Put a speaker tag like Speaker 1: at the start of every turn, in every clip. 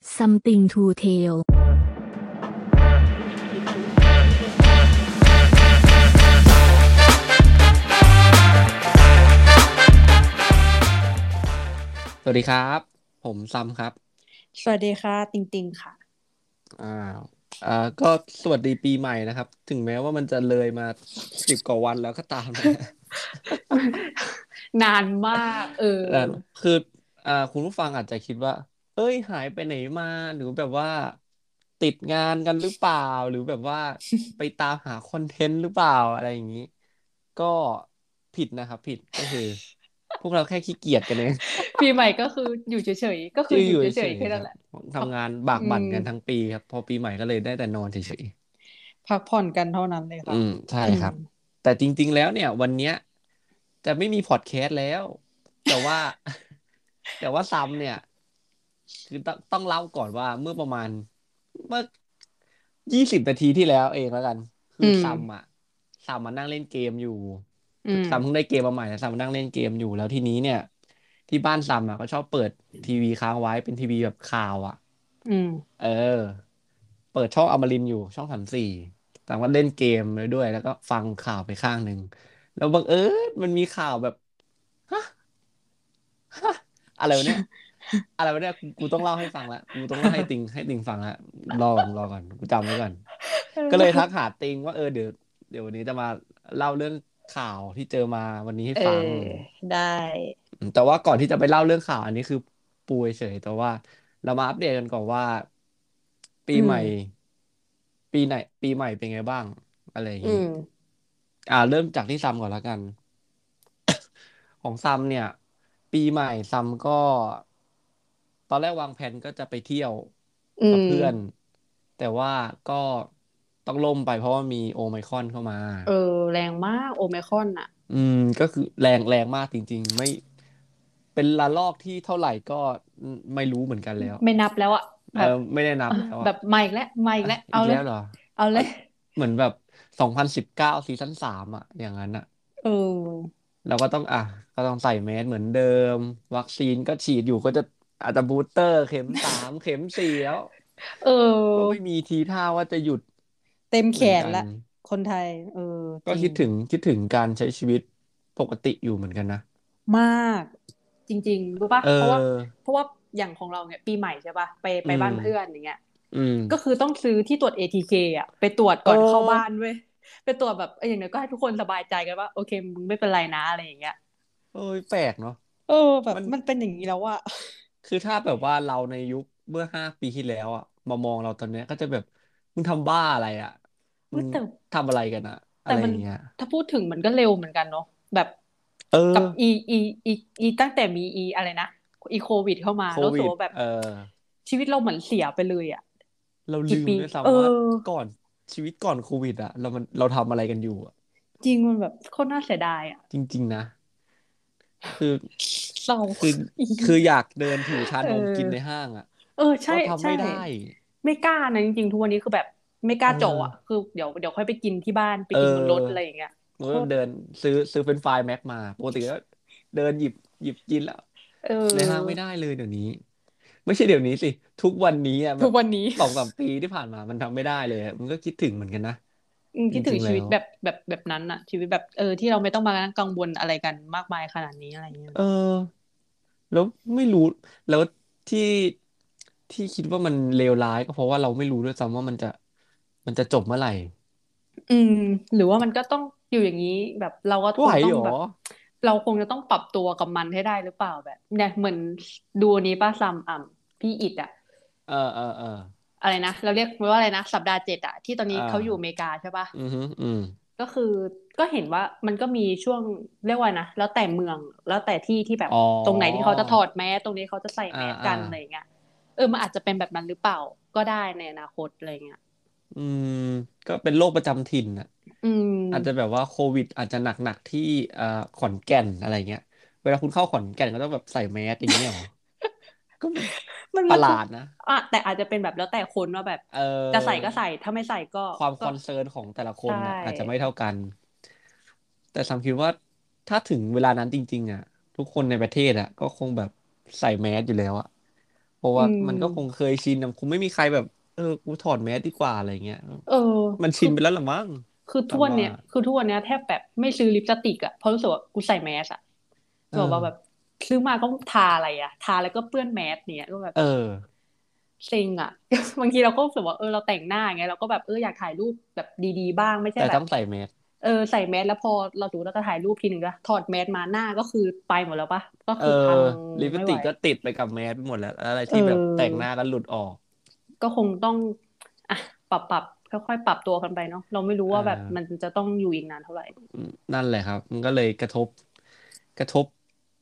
Speaker 1: something to tell
Speaker 2: สวัสดีครับ ผมซัมครับ
Speaker 3: สวัสดีค่ะ ติงติงค่ะ
Speaker 2: อ่าอ่าก็สวัสดีปีใหม่นะครับ ถึงแม้ว่ามันจะเลยมาสิบกว่าวันแล้วก็ตาม นะ
Speaker 3: นานมาก เออ
Speaker 2: แต่คืออ่าคุณผู้ฟังอาจจะคิดว่า เอ้ยหายไปไหนมาหรือแบบว่า ติดงานกันหรือเปล่า หรือแบบว่า ไปตามหาคอนเทนต์หรือเปล่าอะไรอย่างนี้ ก็ผิดนะครับ ผิดก็คือ พวกเราแค่ขี้เกียจกันเอง
Speaker 3: ปีใหม่ก็คืออยู่เฉยๆ ก็คืออยู่เฉย
Speaker 2: ค
Speaker 3: ๆแค่
Speaker 2: รั
Speaker 3: นั้นแหละ
Speaker 2: บทำงานบากบั่นกัน
Speaker 3: อืม
Speaker 2: ทั้งปีครับ พอปีใหม่ก็เลยได้แต่นอนเฉยๆ
Speaker 3: พักผ่อนกันเท่านั้นเลยค่ะ
Speaker 2: อืมใช่ครับ
Speaker 3: อืม
Speaker 2: แต่จริง ๆ แล้วเนี่ย วันเนี้ยจะไม่มีพอดแคสต์แล้ว แต่ว่า แต่ว่าซ้ำเนี่ย คือต้องต้องเล่าก่อนว่าเมื่อประมาณ เมื่อยี่สิบนาทีที่แล้วเองแล้วกัน คืออ
Speaker 3: ม
Speaker 2: ซ้ำอ่ะซ้ำมานั่งเล่นเกมอยู่
Speaker 3: อืม
Speaker 2: ซัมเพิ่งได้เกมมาใหม่แต่ซัมนั่งเล่นเกมอยู่แล้วทีนี้เนี่ย ที่บ้านซัมอ่ะก็ชอบเปิดทีวีค้างไว้เป็นทีวีแบบข่าวอ่ะ
Speaker 3: อืม
Speaker 2: เออ เปิดช่องอมรินทร์อยู่ช่องสามสี่แต่ว่าเล่นเกมเลยด้วย แล้วก็ฟังข่าวไปข้างหนึ่ง แล้วบังเอิญมันมีข่าวแบบฮะฮะอะไรวะเนี่ย อะไรวะเนี่ยกูกูต้องเล่าให้ฟังละกูต้องเล่าให้ติงให้ติงฟังละรอก่อนรอก่อนกูจำไว้ก่อน ก็เลยทักหาติงว่าเออเดี๋ยวเดี๋ยววันนี้จะมาเล่าเรื่องข่าวที่เจอมาวันนี้ให้
Speaker 3: เอ
Speaker 2: ฟัง
Speaker 3: อ ได้
Speaker 2: แต่ว่าก่อนที่จะไปเล่าเรื่องข่าวอันนี้คือปูเฉยๆแต่ว่าเรามาอัปเดตกันก่อนว่า ปี
Speaker 3: อืม
Speaker 2: ใหม่ ปีไหน ปีใหม่เป็นไงบ้าง อะไรอย่าง
Speaker 3: อื
Speaker 2: นี้
Speaker 3: ม
Speaker 2: อ่า เริ่มจากที่ซัมก่อนละกัน ของซัมเนี่ย ปีใหม่ซัมก็ ตอนแรกวางแผนก็จะไปเที่ยว
Speaker 3: อื
Speaker 2: กับ
Speaker 3: ม
Speaker 2: เพื่อน แต่ว่าก็ต้องล่มไปเพราะว่ามีโอไมครอนเข้ามา
Speaker 3: เออ แรงมากโอไมครอนอ่ะ
Speaker 2: อืมก็คือแรงแรงมากจริง ๆ ไม่เป็นละลอกที่เท่าไหร่ก็ไม่รู้เหมือนกันแล้ว
Speaker 3: ไม่นับแล้วอ่ะ
Speaker 2: เอ
Speaker 3: แบบ
Speaker 2: อไม่ได้นับแล้วอะ
Speaker 3: แบบมาอีกแล้วมาอีกแล้วเอา
Speaker 2: อีก
Speaker 3: เลย
Speaker 2: แล้วเหรอ
Speaker 3: เอาเลย
Speaker 2: เหมือนแบบสองพันสิบเก้าซีซั่นสามอะอย่างนั้นอะ
Speaker 3: เออ
Speaker 2: เราก็ต้องอ่ะก็ต้องใส่แมสเหมือนเดิม วัคซีนก็ฉีดอยู่ก็จะอาจจะบูสเตอร์ เข็มสามเข็มสี่แล้ว
Speaker 3: เออ
Speaker 2: ก็ไม่มีทีท่าว่าจะหยุด
Speaker 3: เต็มแขนละ
Speaker 2: เหมือนกัน
Speaker 3: คนไทย เออ
Speaker 2: ก็
Speaker 3: จริ
Speaker 2: คิดถึงคิดถึงการใช้ชีวิตปกติอยู่เหมือนกันนะ
Speaker 3: มาก จริง ๆ รู้ปะ
Speaker 2: เอ
Speaker 3: เพราะว่า
Speaker 2: อ
Speaker 3: เพราะว่าอย่างของเราเนี่ยปีใหม่ใช่ปะไปไป
Speaker 2: อืม
Speaker 3: บ้านเพื่อนอย่างเงี้ย
Speaker 2: อืม
Speaker 3: ก็คือต้องซื้อที่ตรวจ ATK อ่ะไปตรวจก่อน
Speaker 2: เออ
Speaker 3: เข้าบ้านเว้ยไปตรวจแบบเอออย่างน้อยก็ให้ทุกคนสบายใจกันว่าโอเคมึงไม่เป็นไรนะอะไรอย่างเงี้ย
Speaker 2: เอ้ยแปลกเนาะ
Speaker 3: เออแบบ
Speaker 2: มัน
Speaker 3: มันเป็นอย่างนี้แล้วอ่ะ
Speaker 2: คือถ้าแบบว่าเราในยุคเมื่อห้าปีที่แล้วอ่ะมามองเราตอนเนี้ยก็จะแบบมึงทำบ้าอะไรอ่ะมึง
Speaker 3: แต่
Speaker 2: ทำอะไรกันอ่ะ อะ
Speaker 3: แต่
Speaker 2: ไรอ
Speaker 3: มัน
Speaker 2: ย่างเงี้ย
Speaker 3: ถ้าพูดถึงมันก็เร็วเหมือนกันเนาะแบบ
Speaker 2: เออ
Speaker 3: กับอีอีอีอีตั้งแต่มีอีอะไรนะอีโควิดเข้ามา
Speaker 2: โค
Speaker 3: แล้ว
Speaker 2: วิ
Speaker 3: ตั
Speaker 2: ด
Speaker 3: วาแบบ
Speaker 2: เออ
Speaker 3: ชีวิตเราเหมือนเสียไปเลยอ่ะ
Speaker 2: เรา
Speaker 3: กี่
Speaker 2: ลืม
Speaker 3: ปี
Speaker 2: ด้วย
Speaker 3: เอ
Speaker 2: ซ้ำว่า
Speaker 3: อ
Speaker 2: ก่อนชีวิตก่อนโควิด อ่ะ เรามันเราทำอะไรกันอยู่อะ
Speaker 3: จริงมันแบบโคตรน่าเสียดายอ่ะ
Speaker 2: จริง ๆ นะ คือ
Speaker 3: เศร้า
Speaker 2: คือคืออยากเดินถือชานม
Speaker 3: เออ
Speaker 2: กินในห้างอ่ะ
Speaker 3: เออใช่
Speaker 2: ก็ทำ
Speaker 3: ใช่
Speaker 2: ไม่ได้
Speaker 3: ไม่กล้านะจริงๆทุกวันนี้คือแบบไม่กล้า
Speaker 2: เออ
Speaker 3: โจาะอ่ะคือเดี๋ยวเดี๋ยวค่อยไปกินที่บ้านไปกิน
Speaker 2: เออ
Speaker 3: บนรถอะไรอย่างเงี้ย
Speaker 2: มันก็เดินซื้อซื้อเป็นไฟล์แม็กมาปกติก็เดินหยิบหยิบกินแล้ว
Speaker 3: เออ
Speaker 2: ในห้างไม่ได้เลยเดี๋ยวนี้ ไม่ใช่เดี๋ยวนี้สิ ทุกวันนี้อ่ะแบบ
Speaker 3: ทุกวันนี้
Speaker 2: สองสามปีที่ผ่านมามันทำไม่ได้เลยอะมันก็คิดถึงเหมือนกันนะ
Speaker 3: อืมคิดถึง
Speaker 2: จริงๆ
Speaker 3: ชีวิต
Speaker 2: แล้ว
Speaker 3: แบบแบบแบบนั้นอะชีวิตแบบเออที่เราไม่ต้องมานั่งกังวลอะไรกันมากมายขนาดนี้อะไรเงี้ย
Speaker 2: เออ แล้วไม่รู้ แล้วที่ที่คิดว่ามันเลวร้ายก็เพราะว่าเราไม่รู้ด้วยซ้ำว่ามันจะ มันจะจบเมื่อไหร่
Speaker 3: อืม หรือว่ามันก็ต้องอยู่อย่างนี้แบบเราก็ค
Speaker 2: ไหว
Speaker 3: งต้อ
Speaker 2: เหรง อ
Speaker 3: แบบ เราคงจะต้องปรับตัวกับมันให้ได้หรือเปล่าแบบเนี่ยเหมือนดูอันนี้ป้าซัมอ่ำพี่อิดอะ
Speaker 2: เออเออเออ
Speaker 3: อะไรนะเราเรียกมันว่าอะไรนะสัปดาห์เจ็ดอะที่ตอนนี้
Speaker 2: อ่า
Speaker 3: เขาอยู่อเมริกาใช่ปะ
Speaker 2: อือฮึอืม
Speaker 3: ก็คือก็เห็นว่ามันก็มีช่วงเรียกว่านะแล้วแต่เมืองแล้วแต่ที่ที่แบบ
Speaker 2: อ๋อ
Speaker 3: ตรงไหนที่เขาจะถอดแมสตรงนี้เขาจะใส่แมสกัน
Speaker 2: อ่าๆ
Speaker 3: อะไรอย่างเงี้ยเออมันอาจจะเป็นแบบนั้นหรือเปล่าก็ได้ในอนาคตอะไรเงี้ย
Speaker 2: อืม ก็เป็นโรคประจำถิ่นอ่ะ
Speaker 3: อืม
Speaker 2: อาจจะแบบว่าโควิดอาจจะหนักๆที่เอ่อขอนแก่นอะไรเงี้ย เวลาคุณเข้าขอนแก่นก็ต้องแบบใส่แมสอย่างเงี้ยเหรอ ก็
Speaker 3: มัน
Speaker 2: ป
Speaker 3: มัน
Speaker 2: ระหลาดนะ
Speaker 3: อ่ะแต่อาจจะเป็นแบบแล้วแต่คนว่าแบบ
Speaker 2: เออ
Speaker 3: จะใส่ก็ใส่ถ้าไม่ใส่ก็
Speaker 2: ความ
Speaker 3: ก็
Speaker 2: คอนเซิร์นของแต่ละคนนะ
Speaker 3: ใช่
Speaker 2: อาจจะไม่เท่ากัน แต่สามคิดว่าถ้าถึงเวลานั้นจริง ๆ อ่ะ ทุกคนในประเทศอ่ะ ก็คงแบบใส่แมสอยู่แล้วอ่ะ เพราะ
Speaker 3: อื
Speaker 2: ว่าม มันก็คงเคยชินอะคงไม่มีใครแบบ เออกูถอดแมสดีกว่าอะไรเงี้ย
Speaker 3: เออ
Speaker 2: มันชินไปแล้วหรือมั้ง
Speaker 3: คือทุกวันเนี้ย
Speaker 2: แต่ว่า
Speaker 3: คือทุกวันเนี้ยแทบแบบไม่ซื้อลิปสติกอะเพราะรู้สึกว่ากูใส่แมสอะ
Speaker 2: เออ
Speaker 3: แบบว่าแบบซื้อมาก็ทาอะไรอะทาแล้วก็เปื้อนแมสเนี่ยก็แบบ
Speaker 2: เออ
Speaker 3: เซ็งอะ บางทีเราก็รู้สึกว่าเออเราแต่งหน้าไงเราก็แบบเอออยากถ่ายรูปแบบดีๆ บ้างไม่ใช่
Speaker 2: แต่
Speaker 3: แบ
Speaker 2: ต้
Speaker 3: บ
Speaker 2: องใส่แมส
Speaker 3: เออใส่แมสแล้วพอเราดูแล้วก็ถ่ายรูปทีหนึ่งก็ถอดแมสมาหน้าก็คือไปหมดแล้วปะก็
Speaker 2: เอ
Speaker 3: คือ
Speaker 2: อ
Speaker 3: พัง
Speaker 2: ลิปส
Speaker 3: ไม่
Speaker 2: ติก
Speaker 3: ไหว
Speaker 2: ก็ติดไปกับแมสไปหมดแล้วแล้วอะไรที่แบบ
Speaker 3: เออ
Speaker 2: แต่งหน้าก็หลุดออก
Speaker 3: ก็คงต้องอ่ะปรับปรับค่อยๆปรับตัวกันไปเนาะเราไม่รู้ว่าแบบ
Speaker 2: อ่า
Speaker 3: มันจะต้องอยู่อีกนานเท่าไหร่
Speaker 2: อืมนั่นแหละครับ มันก็เลยกระทบ กระทบ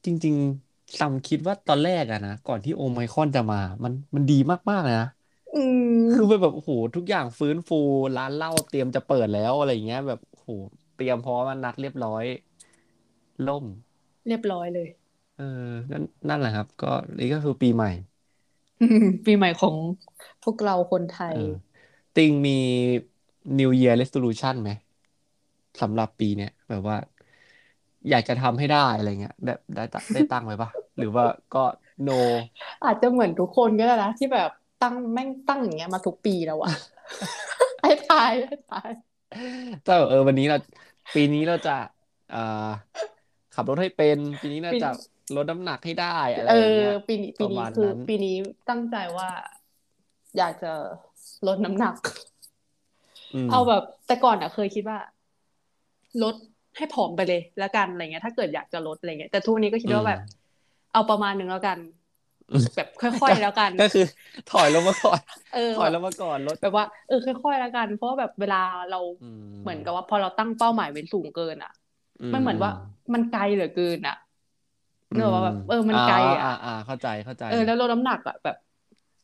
Speaker 2: จริงๆซัมคิดว่าตอนแรกอะนะ ก่อนที่โอไมครอนจะมา มันมันดีมากๆเลยนะ
Speaker 3: อืม
Speaker 2: คือไปแบบโอ้โหทุกอย่างฟื้นฟูร้านเหล้าเตรียมจะเปิดแล้วอะไรอย่างเงี้ย แบบโอ้โหเตรียมพร้อมมานัดเรียบร้อย ล่ม
Speaker 3: เรียบร้อยเลย
Speaker 2: เออนั่นนั่นแหละครับ ก็นี่ก็คือปีใหม่
Speaker 3: ปีใหม่ของพวกเราคนไท
Speaker 2: เอย อติงมี New Year Resolution ไหมสำหรับปีเนี้ยแบบว่า อยากจะทำให้ได้อะไรเงี้ยได้ได้ตได้ตั้งไว้ปะหรือว่าก็ no
Speaker 3: อาจจะเหมือนทุกคนก็ได้นะที่แบบตั้งแม่งตั้งอย่างเงี้ยมาทุกปีแล้ว อะ ให้ตายให้ตาย
Speaker 2: แต่แบบเออ วันนี้เราปีนี้เราจะเอ่อขับรถให้เป็น ปีนี้เรา
Speaker 3: ปี
Speaker 2: จะลดน้ำหนักให้ได้อะไร
Speaker 3: เอ
Speaker 2: อย่าง
Speaker 3: อ
Speaker 2: เงี้ย
Speaker 3: ปีนี้
Speaker 2: ป
Speaker 3: ปี
Speaker 2: ระ
Speaker 3: นี้
Speaker 2: มาณ
Speaker 3: คือ
Speaker 2: นั้น
Speaker 3: ปีนี้ตั้งใจว่า อยากจะลดน้ำหนัก
Speaker 2: อืม
Speaker 3: เอาแบบแต่ก่อนอะเคยคิดว่า ลดให้ผอมไปเลยแล้วกันอะไรเงี้ย ถ้าเกิดอยากจะลดอะไรเงี้ยแต่ทุกวันนี้ก็คิด
Speaker 2: อื
Speaker 3: ว่าม แบบ เอาประมาณหนึงแล้ว กัน
Speaker 2: อืม
Speaker 3: แบบค่อยๆแล้วกัน
Speaker 2: ก็คือถอยลงมาก่อน
Speaker 3: เออ
Speaker 2: ถอยลงมาก่อนลด
Speaker 3: แบบว่าเออค่อยๆแล้วกัน เพราะว่าแบบเวลาเรา
Speaker 2: อืม
Speaker 3: เหมือนกับว่าพอเราตั้งเป้าหมายไว้สูงเกินอ่ะ
Speaker 2: อื
Speaker 3: มันเหมือนว่ามันไกลเหลือเกินอ่ะเนกอะว่าแบบเออมัน
Speaker 2: อ่า
Speaker 3: ไกลอ่ะ
Speaker 2: อ่าอ่าเข้าใจเข้าใจ
Speaker 3: เออแล้วลดน้ำหนักอ่ะแบบ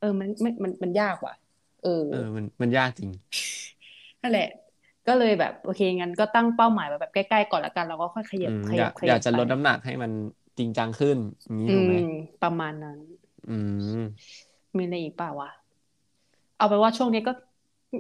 Speaker 3: เออมันไม่มันมันยากว่ะ เออ
Speaker 2: เออ มันมันยากจริง
Speaker 3: นั่นแหละ ก็เลยแบบโอเคงั้นก็ตั้งเป้าหมายไว้แบบใกล้ๆก่อนละกันเราก็ค่อยข
Speaker 2: อื
Speaker 3: ยับ
Speaker 2: ม
Speaker 3: ข
Speaker 2: อยา
Speaker 3: ยับ
Speaker 2: ก
Speaker 3: ข
Speaker 2: อยา
Speaker 3: ยั
Speaker 2: ก
Speaker 3: บ
Speaker 2: จะ
Speaker 3: ไป
Speaker 2: ลดน้ำหนักให้มันจริงจังขึ้นอย่างนี้
Speaker 3: อื
Speaker 2: ถูกไหม
Speaker 3: ม ประมาณนั้น
Speaker 2: อืม
Speaker 3: มีอะไรอีกเปล่าวะเอาไปนว่าช่วงนี้ก็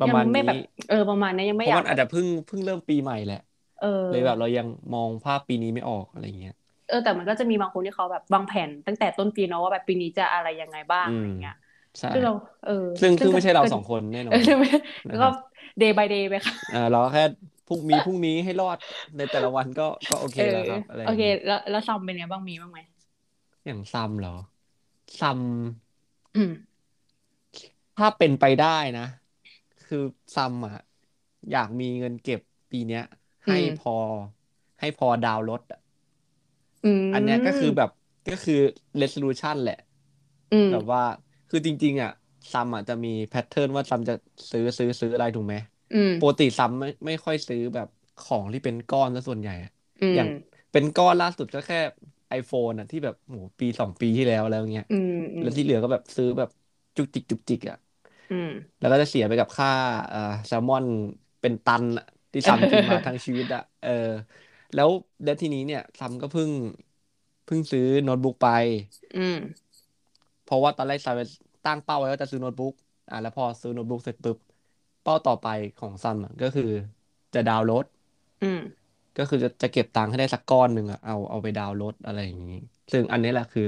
Speaker 2: ประ
Speaker 3: ยัง
Speaker 2: มาณ
Speaker 3: ไม่
Speaker 2: นี้
Speaker 3: แบบ เออประมาณนี้ยัง
Speaker 2: เพ
Speaker 3: ไม่
Speaker 2: ราะ
Speaker 3: อยา
Speaker 2: มั
Speaker 3: ก
Speaker 2: น
Speaker 3: แบ
Speaker 2: อาจ
Speaker 3: บ
Speaker 2: จะเพิ่งเพิ่งเริ่มปีใหม่แหละ
Speaker 3: เออ
Speaker 2: เลยแบบเรายังมองภาพปีนี้ไม่ออกอะไรเงี้ย
Speaker 3: เออแต่มันก็จะมีบางคนที่เขาแบบวางแผนตั้งแต่ต้นปีเนาะว่าแบบปีนี้จะอะไรยังไงบ้าง
Speaker 2: อื
Speaker 3: อะไร
Speaker 2: ม
Speaker 3: เงี้ย
Speaker 2: ใช่
Speaker 3: ซึ่งเรา เออ
Speaker 2: ซึ่งซึ่ง
Speaker 3: ก็
Speaker 2: ไม่ใช่เรา
Speaker 3: ก็
Speaker 2: สองคนแน่น
Speaker 3: เอ
Speaker 2: อ
Speaker 3: อน ไม่
Speaker 2: นะค
Speaker 3: ก็
Speaker 2: รับ
Speaker 3: เดย์ by day ไปค่ะ
Speaker 2: เออเราแค่พรุ่งมีพรุ่งนี้ให้รอดในแต่ละวันก็ก็โอเค
Speaker 3: เออ
Speaker 2: แล้วครับ อะไรอ
Speaker 3: โอย่าง เค
Speaker 2: นี้
Speaker 3: แล้วแล้วซอมเป็นไงบ้างมีบ้างไหม
Speaker 2: อย่างซัมเหรอซัม
Speaker 3: อืม
Speaker 2: ถ้าเป็นไปได้นะ คือซัมอะอยากมีเงินเก็บปีเนี้ย
Speaker 3: อื
Speaker 2: ให้
Speaker 3: ม
Speaker 2: พอ ให้พอดาวน์รถอะ
Speaker 3: อืม
Speaker 2: อันเนี้ยก็คือแบบก็คือ resolution แหละ
Speaker 3: อืม
Speaker 2: แบบว่าคือจริง ๆอะซัมอะจะมีแพทเทิร์นว่าซัมจะซื้อซื้อซื้ออะไรถูกไหม
Speaker 3: อืม
Speaker 2: ปกติซัมไม่ไม่ค่อยซื้อแบบของที่เป็นก้อนซะส่วนใหญ่อะ
Speaker 3: อื
Speaker 2: อ
Speaker 3: ม
Speaker 2: ย่างเป็นก้อนล่าสุดก็แค่ iPhone อะที่แบบโหปีสองปีที่แล้วแล้วเงี้ย
Speaker 3: อืมอื
Speaker 2: แล้
Speaker 3: ม
Speaker 2: วที่เหลือก็แบบซื้อแบบจุกจิกจุกจิกอะ
Speaker 3: อืม
Speaker 2: แล้วก็จะเสียไปกับค่าเอ่อแซลมอนเป็นตันอะที่ซัมกินมาทั้งชีวิตอะเออ แล้วแล้วทีนี้เนี่ยซัมก็เพิ่งเพิ่งซื้อโน้ตบุ๊กไป
Speaker 3: อืม
Speaker 2: เพราะว่าตอนแรกซัมตั้งเป้าไว้ว่าจะซื้อโน้ตบุ๊กอ่ะแล้วพอซื้อโน้ตบุ๊กเสร็จปุ๊บเป้าต่อไปของซัมอะก็คือจะดาวน์รถ
Speaker 3: อืม
Speaker 2: ก็คือจะจะเก็บตังค์ให้ได้สักก้อนหนึ่งอะเอาเอาไปดาวน์รถอะไรอย่างนี้ ซึ่งอันนี้แหละคือ